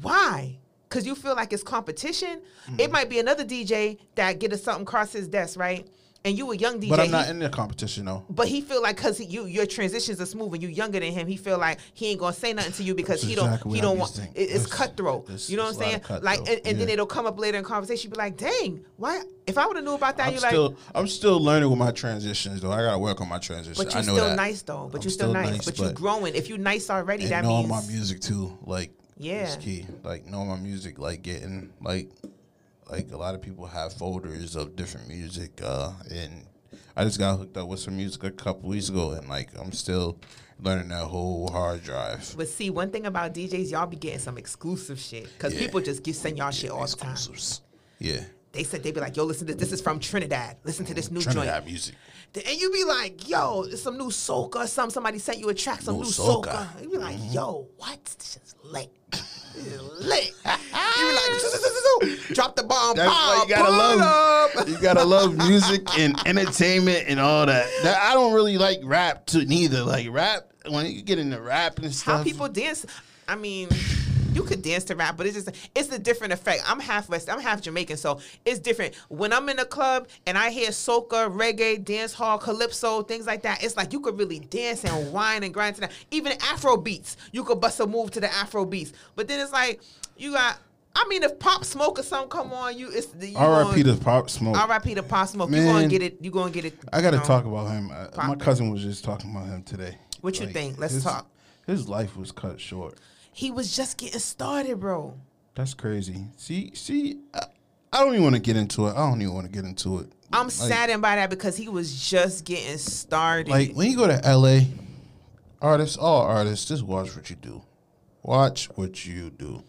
Why? Because you feel like it's competition. It might be another DJ that get us something across his desk, right? And you a young DJ. But I'm not he- in the competition though. but he feel like because you your transitions are smooth and you younger than him, he feel like he ain't gonna say nothing to you because That's he don't exactly he what I don't be want thinking. it- it's That's- cutthroat. that's- you know what I'm that's a saying? lot of Like and, cutthroat, and then yeah. it'll come up later in conversation. You be like, dang, why? If I would have knew about that, I'm you like, still. I'm still learning with my transitions though. I gotta work on my transitions. but you I know still that. nice though. But I'm you still, still nice. nice, But, you but- growing. If you nice already, and that knowing means my music too, like yeah, Yeah. is key. Like knowing my music, like getting like like a lot of people have folders of different music, uh, and I just got hooked up with some music a couple weeks ago, and like I'm still learning that whole hard drive. But see, one thing about DJs, y'all be getting some exclusive shit because Yeah. people just give send y'all shit all the time. Exclusives. Yeah, They said they be like, yo, listen to this is from Trinidad. Listen to this new joint. Mm, Trinidad music. And you be like, yo, it's some new soca or something. Somebody sent you a track, some New new, soca. Mm-hmm. soca. You be like, yo, what? This shit's lit. This is lit. you be like, "Zoo, zoo, zoo, zoo, zoo." drop the bomb, That's why bomb, you gotta Ah, pull love. up. You gotta love music and entertainment and all that. that. I don't really like rap to neither. Like rap, when you get into rap and stuff, How people dance. I mean, you could dance to rap, but it's just it's a different effect. I'm half West, I'm half Jamaican, so it's different. When I'm in a club and I hear soca, reggae, dance hall, calypso, things like that, it's like you could really dance and whine and grind to that. Even Afro beats, you could bust a move to the Afro beats. But then it's like you got. I mean, if Pop Smoke or something come on, you it's the you R.I.P. to gonna- Pop Smoke. R.I.P. to Pop Smoke. You gonna Man. get it? You gonna get it? I got to you know. talk about him. I, my Pop. cousin was just talking about him today. What you think? Let's his- talk. His life was cut short. He was just getting started, bro. That's crazy. See, see, I, I don't even want to get into it. I don't even want to get into it. I'm Like- saddened by that because he was just getting started. Like when you go to L.A., artists, all artists, just watch what you do. Watch what you do.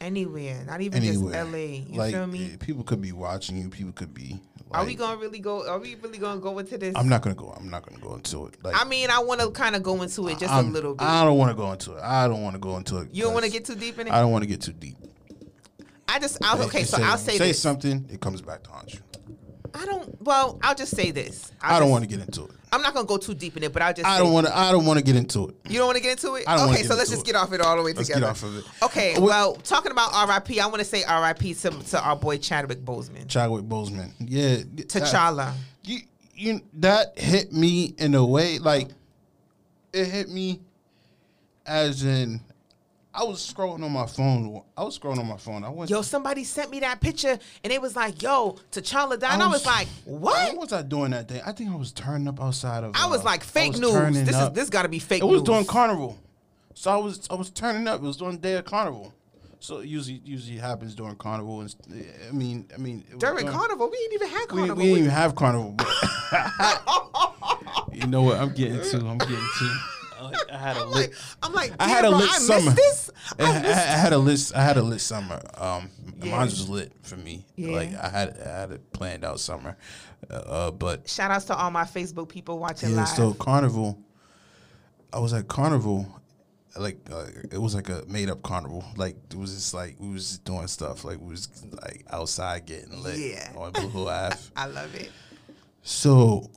anywhere, not even Anywhere, just LA. You like feel me? eh, people could be watching you. People could be. are we like- gonna really go? Are we really gonna go into this? I'm not gonna go. I'm not gonna go into it. Like I mean, I want to kind of go into it just I'm- a little bit. I don't want to go into it. I don't want to go into it. you don't want to get because too deep in it. I I, don't want to get too deep. just, I'll, Like, okay. you So I'll say, say this. something, it comes back to haunt you. I don't. Well, I'll just say this. I'll I don't just- want to get into it. I'm not gonna go too deep in it, but I'll just. I say- don't want to. I don't want to get into it. You don't want to get into it? I don't wanna okay, get so let's into just it. get off it all the way Let's get together. off of it. Okay, Uh, we- well, talking about RIP, I want to say RIP to, to our boy Chadwick Boseman. Chadwick Boseman. Yeah. T'Challa. You, you that hit me in a way like it hit me as in I was scrolling on my phone. I was scrolling on my phone. I went. Yo, somebody sent me that picture and it was like, yo, T'Challa died. And I was like, What what? was I doing that day? I think I was turning up outside of. I was uh, like, fake was news. turning This is up. this got to be fake It was news. during carnival, so I was I was turning up. It was during day of carnival, so it usually usually happens during carnival. And I mean, I mean, it was during carnival. We didn't even have We, we carnival. didn't even have carnival. But you know what? I'm getting to. I'm getting to. I had a I'm like, I'm like, I had a damn, bro, lit I summer. missed this. I, I I- missed- I had a lit. I had a lit summer. Um, Yeah. mine was lit for me. Yeah. Like I had, I had a planned out summer, uh, uh, but Shout outs to all my Facebook people watching yeah, live. so Carnival, I was at Carnival, like uh, it was like a made up Carnival. Like it was just like we was doing stuff. Like we was like outside getting lit Yeah. on Blue Hill Ave. I love it. So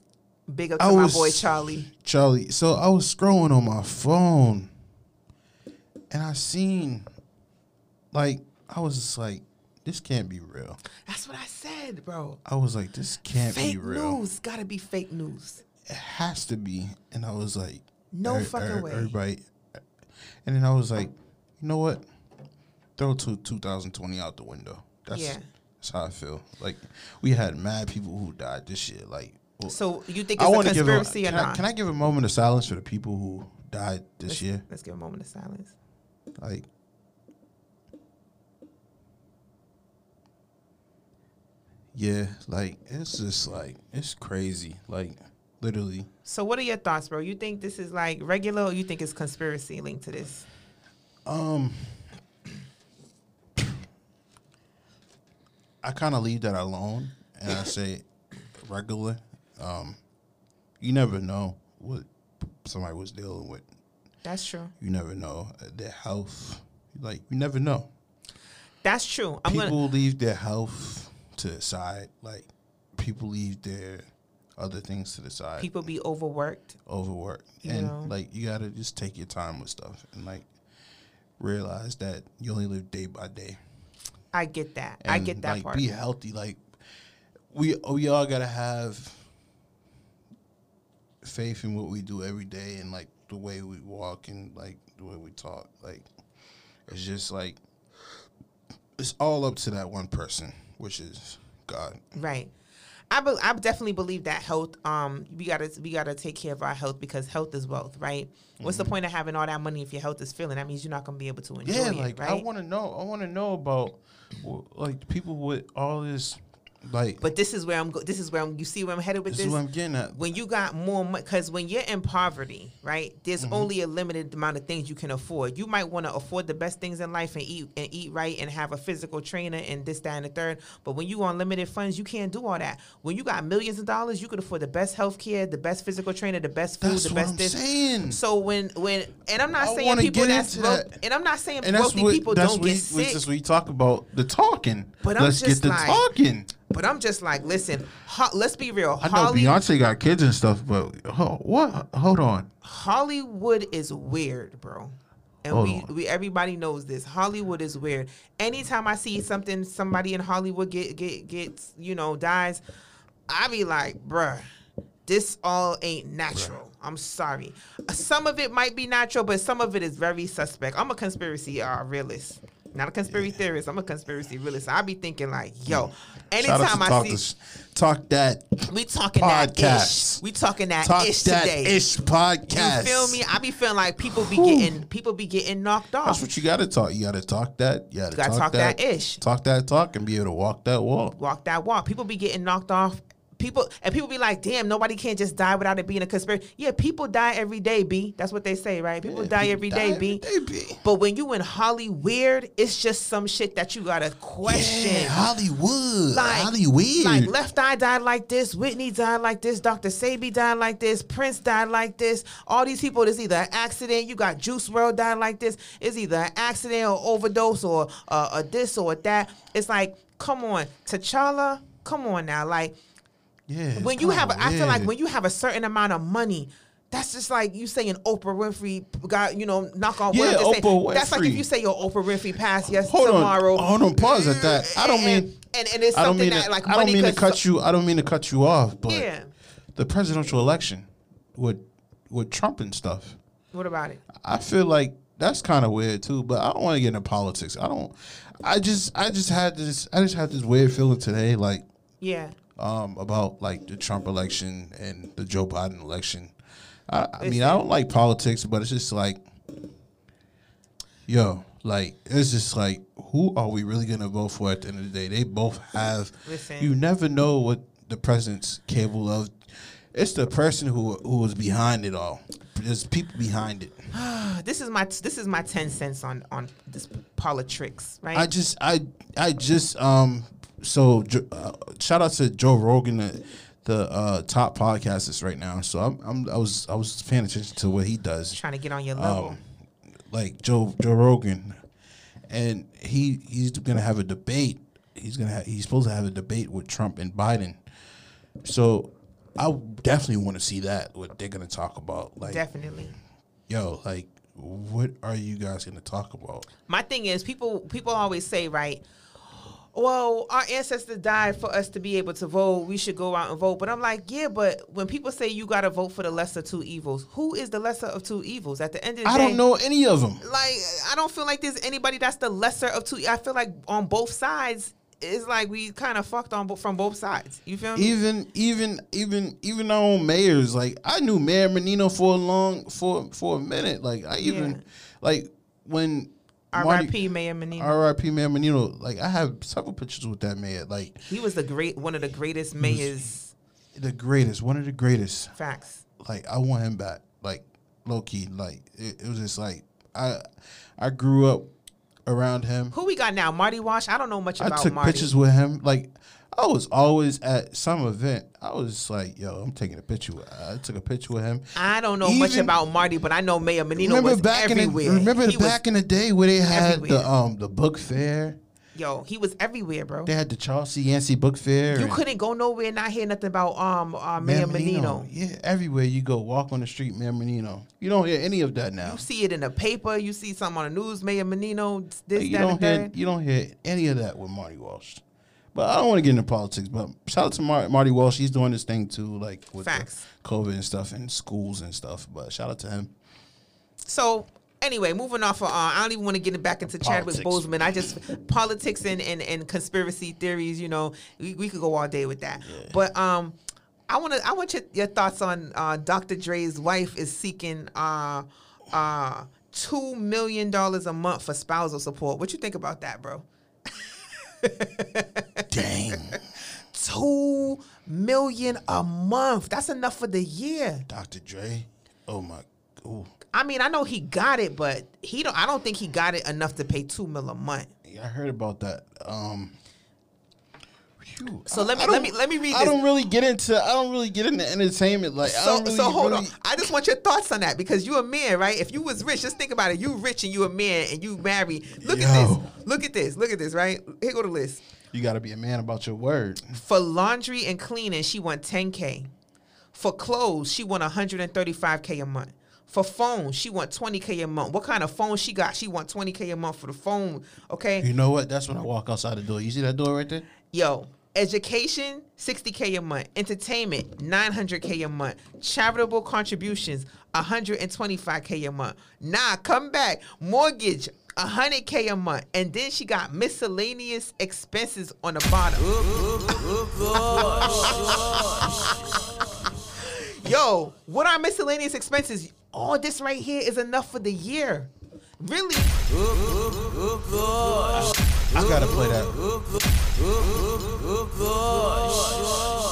Big up to I my was- boy Charlie. Charlie, so I was scrolling on my phone, and I seen, like I was just like, this can't be real. That's what I said, bro. I was like, this can't be Fake real. news. Gotta be fake news. it has to be. And I was like, er, No fucking way. Everybody. And then I was like, you know what? Throw to 2020 out the window. That's Yeah. That's how I feel. Like we had mad people who died this year. Like well, So you think I it's a want to give a, conspiracy can, or I, not? can I give a moment of silence for the people who died this year? Let's give a moment of silence. Like Yeah, like it's just like it's crazy. Like literally. So what are your thoughts, bro? You think this is like regular or you think it's conspiracy linked to this? Um, I kind of leave that alone, and I say regular. Um, you never know what somebody was dealing with. That's true. You never know uh, their health. Like you never know. That's true. I'm people gonna leave their health to the side. Like people leave their other things to the side. people be overworked. overwork You and know? like you gotta just take your time with stuff and like realize that you only live day by day I get that. I and, get that like, part. Be healthy. Like we we all gotta have faith in what we do every day and like the way we walk and like the way we talk. Like it's just like it's all up to that one person, which is God. Right. I, be, I definitely believe that health um we gotta we gotta take care of our health because health is wealth right what's the point of having all that money if your health is failing that means you're not gonna be able to enjoy Mm-hmm. Yeah, it like right I want to know. I want to know about w- like people with all this like. but this is where I'm go- this is where I'm you see where I'm headed with this this, is what I'm getting at. when you got more money because when you're in poverty right there's Mm-hmm. only a limited amount of things you can afford you might want to afford the best things in life and eat and eat right and have a physical trainer and this that and the third but when you on limited funds you can't do all that when you got millions of dollars you could afford the best health care the best physical trainer the best food That's the what best I'm this saying. so when when and i'm not I saying wanna people get that's into broke, that. and i'm not saying and that's wealthy what people that's don't what get you, sick That's what you talk about the talking. But I'm let's just get the like- talking. but i'm just like listen ho- let's be real I know Beyonce got kids and stuff, but oh, what? Hold on. Hollywood is weird, bro. And Hold we, on. we everybody knows this. Hollywood is weird. Anytime I see something somebody in Hollywood get get gets, you know, dies, I be like, bruh, this all ain't natural. I'm sorry. Uh, Some of it might be natural, but some of it is very suspect. I'm a conspiracy uh, realist. Not a conspiracy theorist. I'm a conspiracy realist. I be thinking like, yo, Mm. Shout out anytime to I talk, see this- talk that we talking that podcast. ish. We talking that talk ish that today. ish podcast. You feel me? I be feeling like people be getting people be getting knocked That's off. what you gotta talk. You gotta talk that. You gotta, gotta talk that ish. Talk that talk and be able to walk that walk. Walk that walk. People be getting knocked off. People and people be like, damn, nobody can't just die without it being a conspiracy. Yeah, people die every day, B. That's what they say, right? People die people every die day, every B. day, B. But when you in Hollywood, it's just some shit that you gotta question. Yeah, Hollywood. Like- Hollywood. Like Left Eye died like this, Whitney died like this, Dr. Sabi died like this, Prince died like this. All these people, there's either an accident. You got Juice World died like this. It's either an accident or overdose or uh, a this or a that. It's like, come on, T'Challa, come on now. Like yeah, it's when you have, kinda I feel like weird. when you have a certain amount of money. That's just like you saying Oprah Winfrey got you know knock on wood. Yeah, just say- Oprah That's like if Winfrey. you say your Oprah Winfrey passed yes Hold tomorrow. on, hold on, pause at that. I don't and- mean and, and it's I don't something mean that to, like I don't money mean to could- cut you. I don't mean to cut you off, but Yeah. the presidential election with with Trump and stuff. What about it? I feel like that's kind of weird too. But I don't want to get into politics. I don't. I just I just had this I just had this weird feeling today, like Yeah. um about like the Trump election and the Joe Biden election. I, I mean I don't like politics, but it's just like, yo, like it's just like who are we really gonna vote for at the end of the day? They both have. Listen. You never know what the president's capable of. It's the person who who was behind it all. There's people behind it. This is my this is my ten cents on on this politics, right? I just I I just um so Jo- uh, shout out to Joe Rogan the, the uh, top podcasters right now. So I'm, I'm I was I was paying attention to what he does. trying to get on your level. Oh. Like Joe Joe Rogan and he he's going to have a debate. He's going to ha- he's supposed to have a debate with Trump and Biden. So I definitely want to see that what they're going to talk about like Definitely. yo like what are you guys going to talk about? My thing is people people always say, right? Well, our ancestors died for us to be able to vote. We should go out and vote. But I'm like, yeah, but when people say you got to vote for the lesser two evils, who is the lesser of two evils? At the end of the I day, don't know any of them. e, like I don't feel like there's anybody that's the lesser of two. I feel like on both sides it's like we kind of fucked on bo- from both sides. You feel me? even even even even our own mayors like i knew mayor menino for a long for for a minute like i even Yeah. like when Marty- R.I.P. Mayor Menino. rip mayor menino like i have several pictures with that mayor like He was the great, one of the greatest mayors. the greatest one of the greatest Facts. like I want him back. Like low key, like it, it was just like I I grew up around him. Who we got now? Marty Wash. I don't know much I about took Marty. pictures with him. Like I was always at some event. I was like, yo, I'm taking a picture. With, I took a picture with him. I don't know much Even- about Marty, but I know Mayor Menino remember was back everywhere. in the, remember he back in the day where they had everywhere. the um the book fair. was, yo, he was everywhere, bro. They had the Charles C. Yancey book fair. You and couldn't go nowhere and not hear nothing about um uh, Mayor Man Menino. Yeah, everywhere you go, walk on the street, man, Menino. You don't hear any of that now. You see it in the paper. You see something on the news. Mayor Menino. This, you that, don't and hear that. you don't hear any of that with Marty Walsh. But I don't want to get into politics. But shout out to Mar- Marty Walsh. He's doing this thing too, like with the Facts. COVID and stuff and schools and stuff. But shout out to him. So anyway, moving off of uh, I don't even want to get it back into Chadwick Politics. Boseman. I just politics and, and and conspiracy theories. You know, we, we could go all day with that. But um, I want to I want your, your thoughts on uh, Dr. Dre's wife is seeking uh uh two million dollars a month for spousal support. What you think about that, bro? Dang, Two million a month. That's enough for the year. Dr. Dre. Oh my. Ooh, I mean, I know he got it, but he don't. I don't think he got it enough to pay two mil a month. I heard about that. Um. phew, So I- let me- I don't- let me- let me read I this. don't really get into I don't really get into entertainment like I So, don't really, so hold on. really- I just want your thoughts on that because you a man, right? If you was rich, just think about it. You rich and you a man and you married. Look at Yo. this. Look at this. Look at this. Right here, go to list You got to be a man about your word. for laundry and cleaning. She won 10k. For clothes, she won 135k a month. For phone, she won 20k a month. What kind of phone she got? She won 20k a month for the phone. Okay. You know what? That's when I walk outside the door. You see that door right there? Yo, education, 60K a month. Entertainment, 900K a month. Charitable contributions, 125K a month. Nah, come back. Mortgage, 100K a month. And then she got miscellaneous expenses on the bottom. Yo, what are miscellaneous expenses? All this right here is enough for the year. Really? I gotta play that.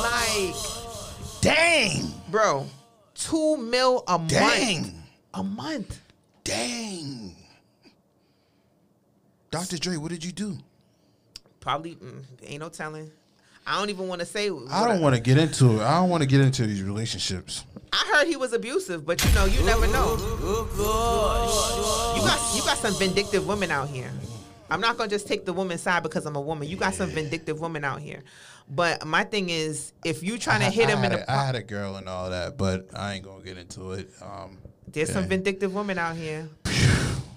Like, Dang. bro, two mil a month. Dang. A month. Dang. Dr. Dre, what did you do? probably mm, ain't no telling. I don't even want to say. what I don't want to get into it. I don't want to get into these relationships. I heard he was abusive, but you know, you never know. You got you got some vindictive women out here. I'm not gonna just take the woman's side because I'm a woman. You got some vindictive women out here. But my thing is, if you trying to hit I him had, in the, a, I had a girl and all that, but I ain't gonna get into it. Um, there's some yeah. vindictive women out here.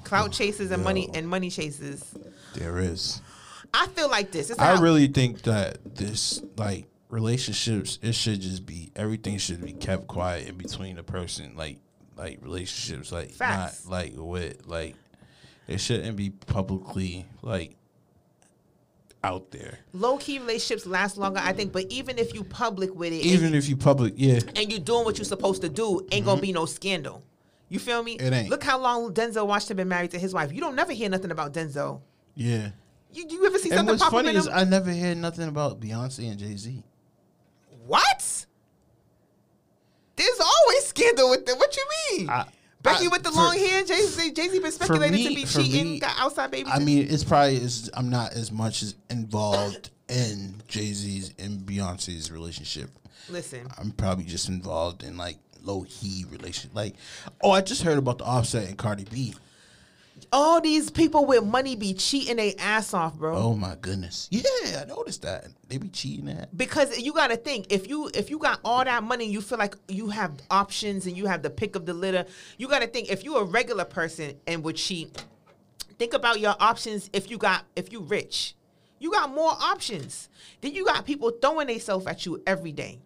Clout chases and money Yo. and money chases. there is. I feel like this. It's I how- really think that this like relationships, it should just be everything should be kept quiet in between the person, like like relationships, like Facts. not like with like it shouldn't be publicly like out there. low key relationships last longer, I think. But even if you public with it, Even if you public, yeah, and you're doing what Mm-hmm. you're supposed to do, ain't gonna be no scandal. You feel me? It ain't. Look how long Denzel Washington been married to his wife. You don't never hear nothing about Denzel. yeah. You, you ever see And something what's pop up funny in is him? I never hear nothing about Beyonce and Jay Z. what? There's always scandal with them. What you mean? I- Becky I- with the for- long hair, Jay Z. Jay Z been speculated to me- be for cheating, me, got outside baby. I mean, it's probably is I'm not as much as involved in Jay Z's and Beyonce's relationship. listen, I'm probably just involved in like low key relation. Like, oh, I just heard about the Offset and Cardi B. all these people with money be cheating their ass off, bro. Oh my goodness, yeah, I noticed that they be cheating at. because you got to think if you if you got all that money you feel like you have options and you have the pick of the litter you got to think if you a regular person and would cheat think about your options if you got if you rich you got more options then you got people throwing themselves at you every day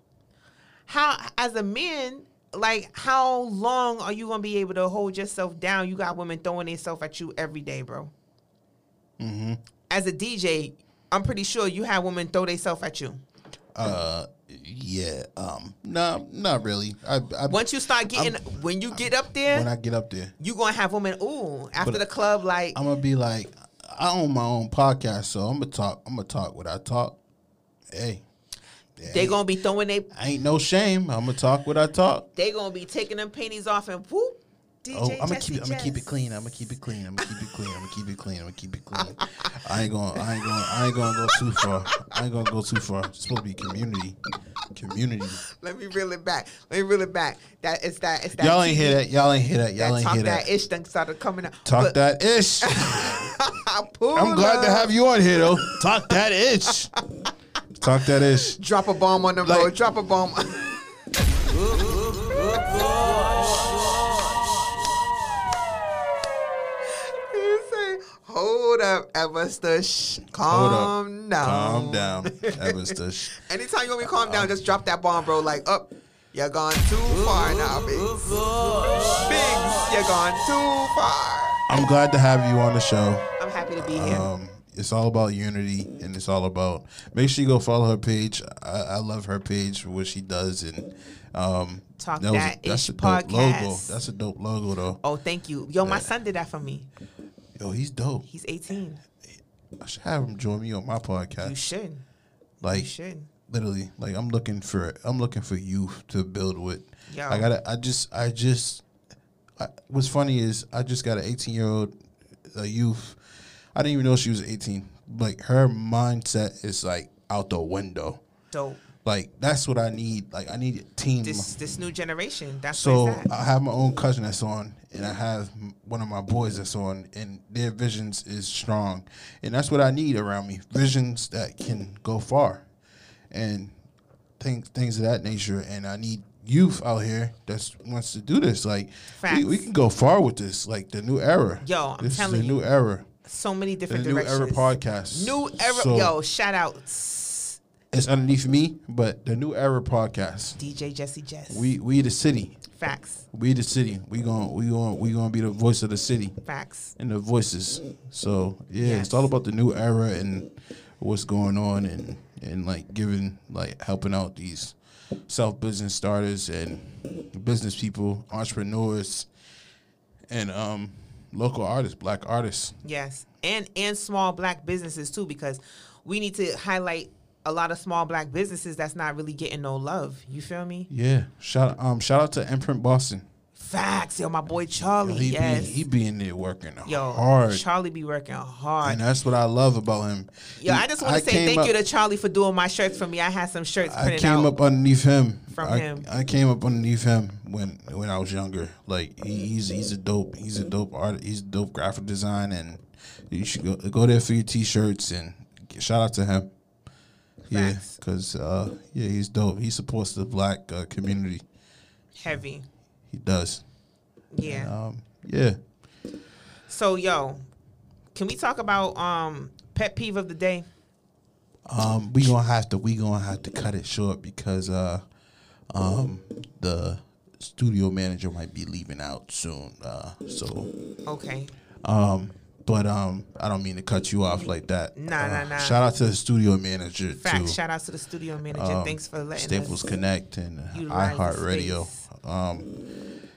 how as a man like how long are you gonna be able to hold yourself down you got women throwing themselves at you every day bro as a dj I'm pretty sure you had women throw themselves at you. Uh, yeah. Um, no, not really. I, I Once you start getting, when you get up there, when I get up there, you gonna have women. Ooh, after But the club, like I'm gonna be like, I own my own podcast, so I'm gonna talk. I'm gonna talk what I talk. Hey, they gonna be throwing they, ain't no shame. I'm gonna talk what I talk. they gonna be taking them panties off and whoop. DJ Oh, I'm gonna Jesse keep it. I'm gonna keep it Jess. clean. I'm gonna keep it clean. I'm gonna keep it clean. I'm gonna keep it clean. I'm gonna keep it clean. I ain't going. to I ain't going. to I ain't going to go too far. I ain't going to go too far. It's supposed to be community, community. Let me reel it back. Let me reel it back. That it's that it's that. Y'all ain't TV, hear that. Y'all ain't hear that. Y'all ain't talk hear that that. ish done started coming out. Talk But- that ish. Pull I'm glad to up. have you on here though. Talk that ish. Talk that ish. Drop a bomb on them, Like- bro. Drop a bomb. You say, Hold up, Everstush. Hold Calm up. down. Calm down. Everstush. Anytime you want me to calm down, just drop that bomb, bro. Like, up. You're gone too far now, Biggs. Biggs, you're gone too far. I'm glad to have you on the show. I'm happy to be here. Um, it's all about unity, and it's all about. Make sure you go follow her page. I, I love her page for what she does, and um, Talk was- That that's Ish a dope logo. podcast. That's a dope logo, though. oh, thank you. Yo, my son did that for me. Yo, he's dope. He's 18. I should have him join me on my You podcast. should. like, You should. literally, like I'm looking for. I'm looking for youth to build with. Yo. I gotta. I just. I just. I, what's funny is I just got an 18 year old, a youth. I didn't even know she was 18. Like her mindset is like out the window. Dope. Like that's what I need. Like I need a team. This this new generation. That's Mm. so what it's at. I have my own cousin that's on, and I have m- one of my boys that's on, and their visions is strong, and that's what I need around me. Visions that can go far, and things things of that nature. And I need youth out here that wants to do this. Like we, we Facts. can go far with this. Like the new era. Yo, I'm this telling is you. the new era. so many The different new directions. era podcast. New era. So, yo, shout outs. it's underneath me, but the new era podcast. DJ Jesse Jess. We we the city. facts. We the city. We gon' we gon' we gonna be the voice of the city Facts. and the voices. So yeah, Yes. it's all about the new era and what's going on and and like giving like helping out these self business starters and business people, entrepreneurs, and um local artists, black artists. Yes. And and small black businesses too, because we need to highlight a lot of small black businesses that's not really getting no love. You feel me? Yeah, shout um shout out to Imprint Boston. Facts. Yo, my boy Charlie. He yes. be he be in there working yo, hard. Charlie be working hard. and that's what I love about him. Yo, I just want to say came thank up- you to Charlie for doing my shirts for me. I had some shirts I printed came out. up underneath him. From I, him. I came up underneath him when when I was younger. Like he, he's he's a dope he's a dope art he's a dope graphic design and you should go go there for your t shirts and g- shout out to him. Yeah, Facts. cause uh, yeah, he's dope. He supports the black uh, community. Heavy. He does. Yeah. Um, yeah. So yo, can we talk about um pet peeve of the day? Um, we gonna have to we gonna have to cut it short because uh, um, the studio manager might be leaving out soon. Uh, so Okay. Um, but um, I don't mean to cut you off like that. Uh, Nah, nah, nah. Shout out to the studio manager Fact. too. Shout out to the studio manager. Um, Thanks for letting Staples us. Connect and utilize the iHeartRadio. space. Um,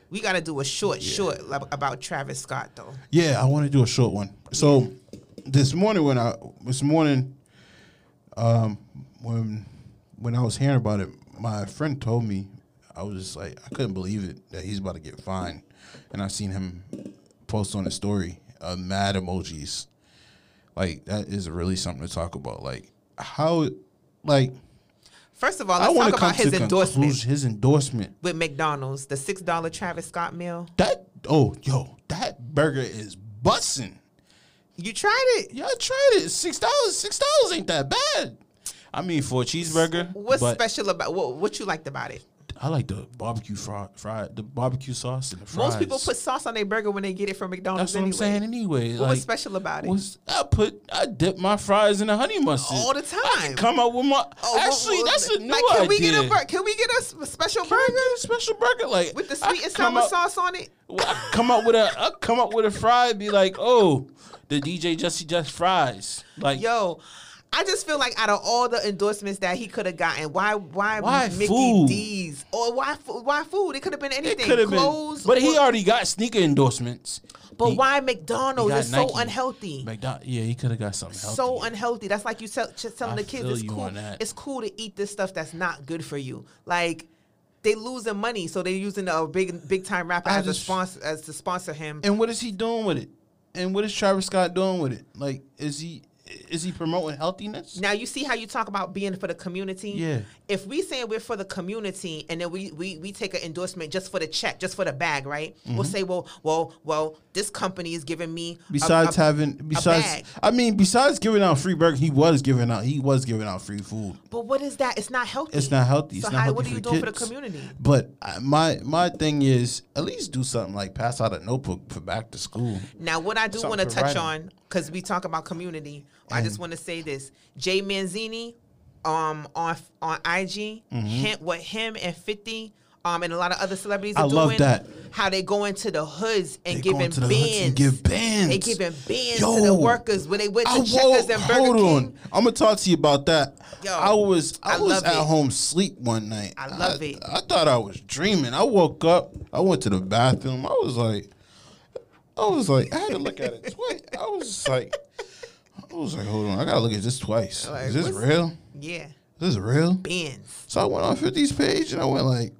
We got to do a short, short lab- about Travis Scott though. yeah, I want to do a short one. So this morning when I this morning, um, when when I was hearing about it, my friend told me I was just like I couldn't believe it that he's about to get fined, and I seen him post on his story uh, mad emojis. like that is really something to talk about. Like how, like First of all, I let's want to talk come about to his endorsement conclusion. His endorsement. with McDonald's, the six dollar Travis Scott meal. That oh yo, that burger is bussin'. You tried it. Y'all tried it. Six dollars. Six dollars ain't that bad. I mean, for a cheeseburger, What's but special about what? What you liked about it? I like the barbecue fry, fried, the barbecue sauce and the fries. Most people put sauce on their burger when they get it from That's McDonald's. what I'm anyway. saying. Anyway, What was special about it? was- I put I dip my fries in the honey mustard All the I can time. come up with my. Oh, what- actually, what- that's a new like, can we get a idea. bur- Can we get a s- special Can I burger get a special burger like with the I sweet and come sour up- sauce on it? well, I come up with a I come up with a fry. Be like, oh, the DJ Jesse just fries. Like, Yo, I just feel like out of all the endorsements that he could have gotten, why why, Why Mickey food? D's or why fu- why food? It could have been It anything, could have been, clothes. but he or- already got sneaker endorsements. But He- why he McDonald's? got It's so Nike. unhealthy. McDon- yeah, he could have got something healthy. So unhealthy. That's like you tell, just telling I the kids feel it's you cool. on that. It's cool to eat this stuff that's not good for you. Like they losing money, so they're using a big big time rapper I as a just- sponsor as to sponsor him. And what is he doing with it? And what is Travis Scott doing with it? Like, is he is he promoting healthiness? Now you see how you talk about being for the community. Yeah. If we say we're for the community and then we we, we take an endorsement just for the check, just for the bag, right? Mm-hmm. We'll say, well, well, well, this company is giving me a- Besides a- having, besides, bag. I mean, besides giving out free burger, he was giving out, he was giving out free food. But what is that? It's not healthy. It's not healthy. So it's not how, healthy what are you for doing for the kids. community? But I, my my thing is, at least do something like pass out a notebook for back to school. Now, what I do Something want to to touch write on. on, because we talk about community, Mm-hmm. I just want to say this: Jay Manzini, um, on on IG, Mm-hmm. him, what him and Fifty, um, and a lot of other celebrities I are love doing. that. How they go into the hoods and They go giving into the hoods bands, and give bands. they giving bands to Yo, the workers when they went to I Checkers wo- and Burger King. I'm gonna talk to you about that. Yo, I was I, I was love at it. home sleep one night. I love it. I thought I was dreaming. I woke up. I went to the bathroom. I was like, I was like, I had to look at it twice. I was just like, I was like, hold on, I gotta look at this twice. Like, Is this what's- real? Yeah, Is this real? bands, So I went on 50's page and I went like,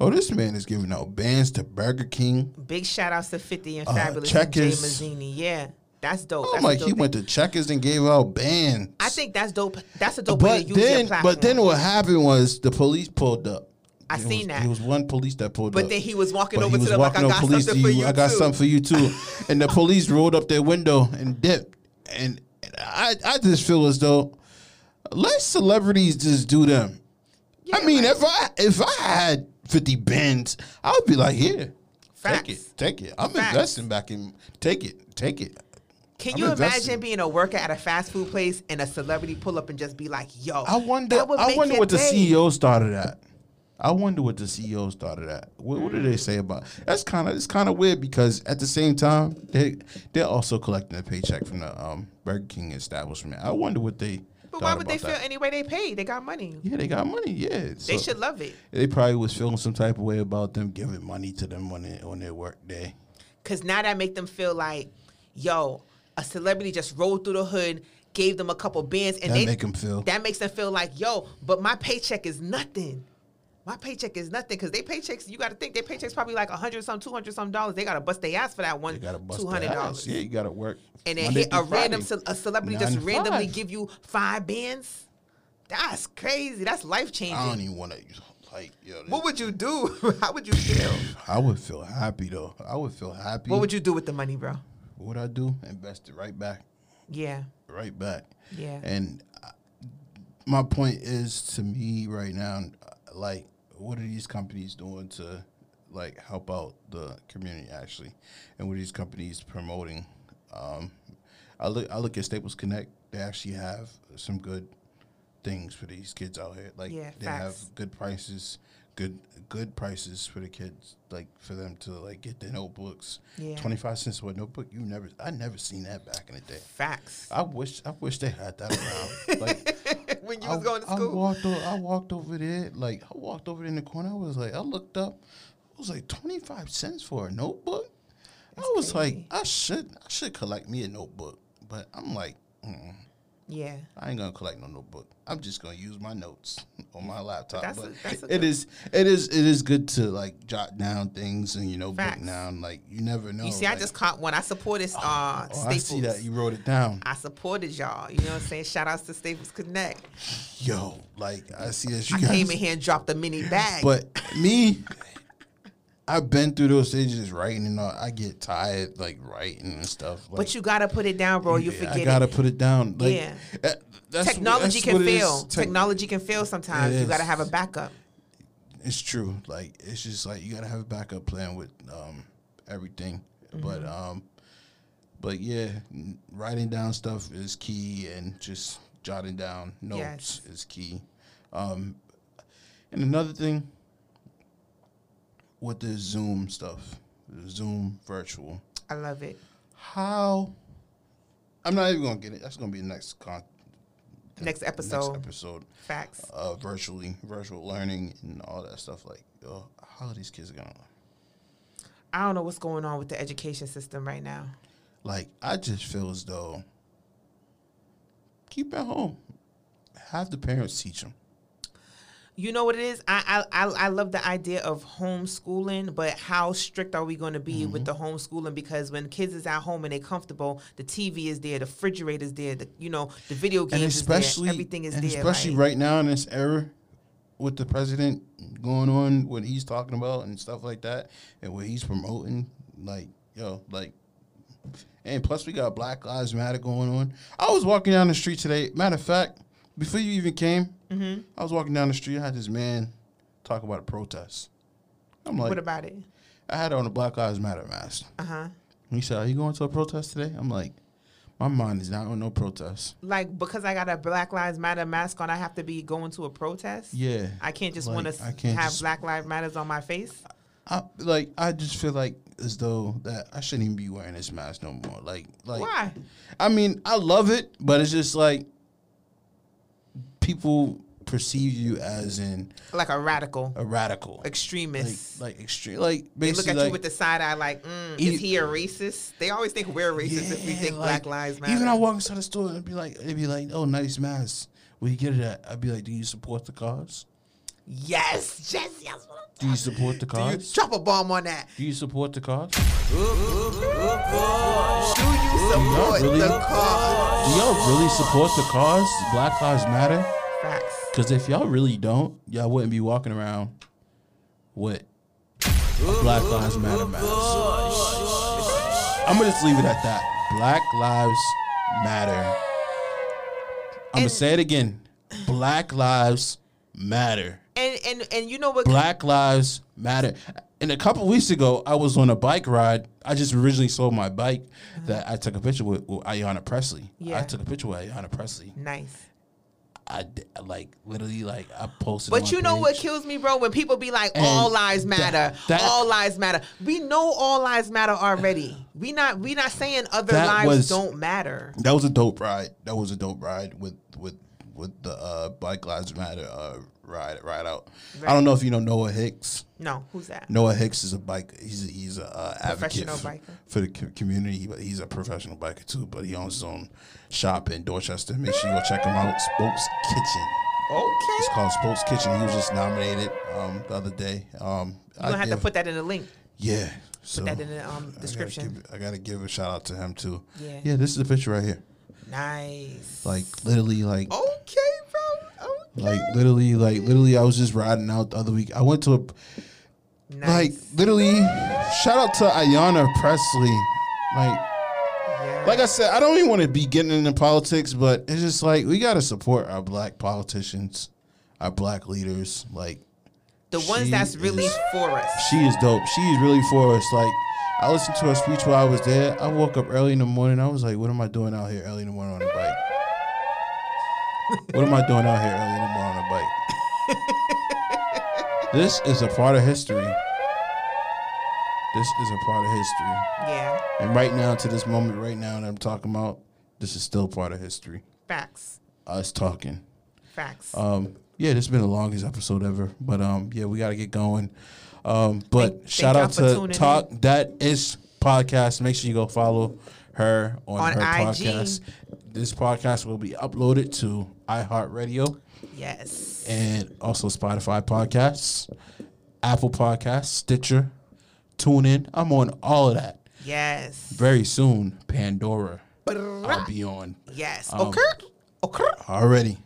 oh, this man is giving out bands to Burger King. big shout outs to Fifty and Fabulous and Jay Uh, Checkers. Manzini. Yeah, that's dope. I'm That's a like, dope he thing. went to Checkers and gave out bands. I think that's dope. That's a dope way to but use your then, platform. but then what happened was the police pulled up. I There seen was- that. There was one police that pulled But up. then he was walking But over he was to them like, I walking got over police something for to you I got too. something for you too. and the police rolled up their window and dipped. And and I, I just feel as though let celebrities just do them. I mean, if I if I had fifty bands, I'd be like, here, Facts. take it, take it. I'm Facts. investing back in, take it, take it. Can I'm you imagine invested. being a worker at a fast food place and a celebrity pull up and just be like, "Yo, I wonder. that would I make wonder your what the E day. CEOs started at. I wonder what the CEOs started at. What, what do they say about? That's kind of it's kind of weird because at the same time they they're also collecting a paycheck from the um, Burger King establishment. I wonder what they. But thought why would they about feel that. any way they paid? They got money. Yeah, they got money. Yeah, They so should love it They probably was feeling some type of way about them giving money to them on their on their work day. because now that make them feel like, "Yo, a celebrity just rolled through the hood." Gave them a couple bands, and That they make 'em feel- That makes them feel like, yo, but my paycheck is nothing. My paycheck is nothing because they paychecks. You got to think their paychecks probably like a hundred some, two hundred some dollars. They got to bust their ass for that one, They gotta bust two their hundred ass. dollars. Yeah, you gotta work. and then Monday hit a through random Friday. ce- a celebrity Nine just to randomly five. give you five bands. That's crazy. That's life I don't changing. even want to like. Yo, What would you do? How would you feel? I would feel happy though. I would feel happy. What would you do with the money, bro? What I do? Invest it right back, Yeah, right back. Yeah. And I, my point is to me right now, like, what are these companies doing to like help out the community actually, and what are these companies promoting? Um, I look I look at Staples Connect. They actually have some good things for these kids out here. Like Yeah, they facts. have good prices, good good prices for the kids, like for them to like get their notebooks. Yeah. Twenty five cents for a notebook. You never, I never seen that back in the day. facts. I wish, I wish they had that around. like when you I, was going to I school, walked, over, I walked over there. Like I walked over in the corner. I was like, I looked up. It was like twenty five cents for a notebook. I was crazy. like, I should, I should collect me a notebook. But I'm like, mm yeah, I ain't gonna collect no notebook. I'm just gonna use my notes on my laptop. That's a- but that's a it good- is it is it is good to like jot down things and you know Facts. book down. Like you never know. you see, I Oh, like, just caught one. I supported uh, oh, Staples. I see that you wrote it down. I supported y'all. You know what I'm saying? Shout outs to Staples Connect. Yo, like I see that you I guys. came in here and dropped a mini bag. But me, I've been through those stages writing and all. I get tired like writing and stuff. Like, but you gotta put it down, bro. You yeah, forget I gotta it. put it down. Like, Yeah. that- that's what- Technology that's can what it is. fail. Tech- Technology can fail sometimes. It You gotta is. have a backup. It's true. Like it's just like you gotta have a backup plan with um everything. Mm-hmm. But um but yeah, n- writing down stuff is key and just jotting down notes Yes. is key. Um and another thing with the Zoom stuff, the Zoom virtual. I love it. How I'm not even gonna get it. That's gonna be the next con the Next episode. Next episode. Facts. Uh, virtually, virtual learning, and all that stuff. Like, yo, how are these kids gonna? I don't know what's going on with the education system right now. Like, I just feel as though keep at home. Have the parents teach them. You know what it is? I I, I, I love the idea of homeschooling, but how strict are we going to be with the homeschooling? Because when kids is at home and they're comfortable, the TV is there, the refrigerator is there, the, you know, the video games and is especially there, everything is and there. especially like- right now in this era with the president going on what he's talking about and stuff like that and what he's promoting like yo like and plus we got black lives matter going on i was walking down the street today matter of fact before you even came Mm-hmm. i was walking down the street i had this man talk about a protest i'm like what about it? I had on a Black Lives Matter mask. Uh Uh-huh. huh. He said, "Are you going to a protest today?" I'm like, "My mind is not on no protest." Like because I got a Black Lives Matter mask on, I have to be going to a protest. Yeah. I can't just Like, want I to can't have just- Black Lives Matters on my face. I like. I just feel like as though that I shouldn't even be wearing this mask no more. Like, like. Why? I mean, I love it, but it's just like people perceive you as in Like a radical a radical, like extremist. like extreme, like they basically look at like, you with the side eye, like, mm, E- is he a racist? They always think we're racist if we Yeah, think like, Black Lives Matter. Even I walk inside the store and be like, they'd be like, "Oh, nice mask. Where you get it at?" I'd be like, "Do you support the cause?" Yes, yes, yes. what I'm Do you support the talking- cause? drop a bomb on that. Do you support the cause? Do you support really? the cause? Do y'all really support the cause? Black Lives Matter? Facts. Because if y'all really don't, y'all wouldn't be walking around with Black Lives Matter masks. I'm gonna just leave it at that. Black Lives Matter. I'm gonna And- say it again. Black Lives Matter. And and and you know what? Black Lives Matter. And a couple weeks ago, I was on a bike ride. I just originally sold my bike that I took a picture with, with Ayanna Presley. Yeah. I took a picture with Ayanna Presley. Nice. I d- like literally like I posted. on But my you know what page. kills me, bro? When people be like, "All And lives that- matter," that- all lives matter. We know all lives matter already. We not we not saying other That lives was- don't matter. That was a dope ride. That was a dope ride with with with the uh, Black Lives Matter uh, ride ride out. I don't know if you know Noah Hicks. No, who's that? Noah Hicks is a bike. He's a, he's a uh, advocate Professional for, biker. for the co- community. But he's a professional biker too. But he owns his own shop in Dorchester. Make sure you go check him out. Spokes Kitchen. It's Okay. called Spokes Kitchen. He was just nominated um, the other day. Um, You're gonna have to put that in the link. yeah. So that in the, um, I gotta description. give- I gotta, give, a shout out to him too. Yeah. Yeah. This is the picture right here. Nice. Like literally, like okay, bro. Okay. like literally, like literally. I was just riding out the other week. I went to a like nice. literally. Shout out to Ayanna Presley. Like Yeah. like I said, I don't even want to be getting into politics, but it's just like we gotta support our black politicians, our black leaders. Like the ones she that's really is- for us. she is dope. She is really for us. Like I listened to her speech while I was there. I woke up early in the morning. I was like, what am I doing out here early in the morning on a bike? what am I doing out here early in the morning on a bike? this is a part of history. This is a part of history. Yeah. And right now, to this moment, right now that I'm talking about, this is still part of history. Facts. Us talking. Facts. Um, yeah, this has been the longest episode ever, but um, yeah, we got to get going. Um, but shout y'all out for to tuning in. Talk That Is Podcast. Make sure you go follow her on, On her IG. podcast. This podcast will be uploaded to iHeartRadio yes. and also Spotify podcasts, Apple Podcasts, Stitcher, TuneIn. I'm on all of that Yes. very soon. Pandora. I'll be on Yes. Um, okay. Okay. already.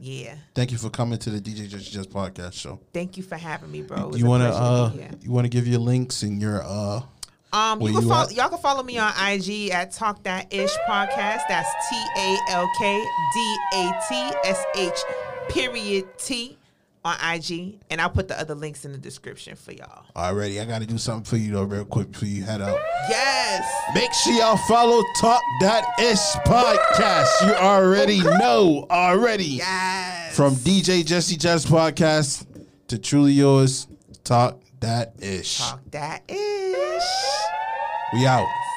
Yeah. Thank you for coming to the DJ Just Just podcast show. Thank you for having me, bro. It was you a want to pleasure uh be here. you want to give your links and your uh Um, Where you can you follow, at? y'all can follow me on IG at Talk That Ish Podcast. That's T A L K D A T S H period T on IG, and I'll put the other links in the description for y'all. already I got to do something for you though real quick before you head out. Yes, Make sure y'all follow Talk That Is podcast. You already know already. yes. From DJ Jesse Just podcast to truly yours Talk That Ish. Talk That Ish. We out.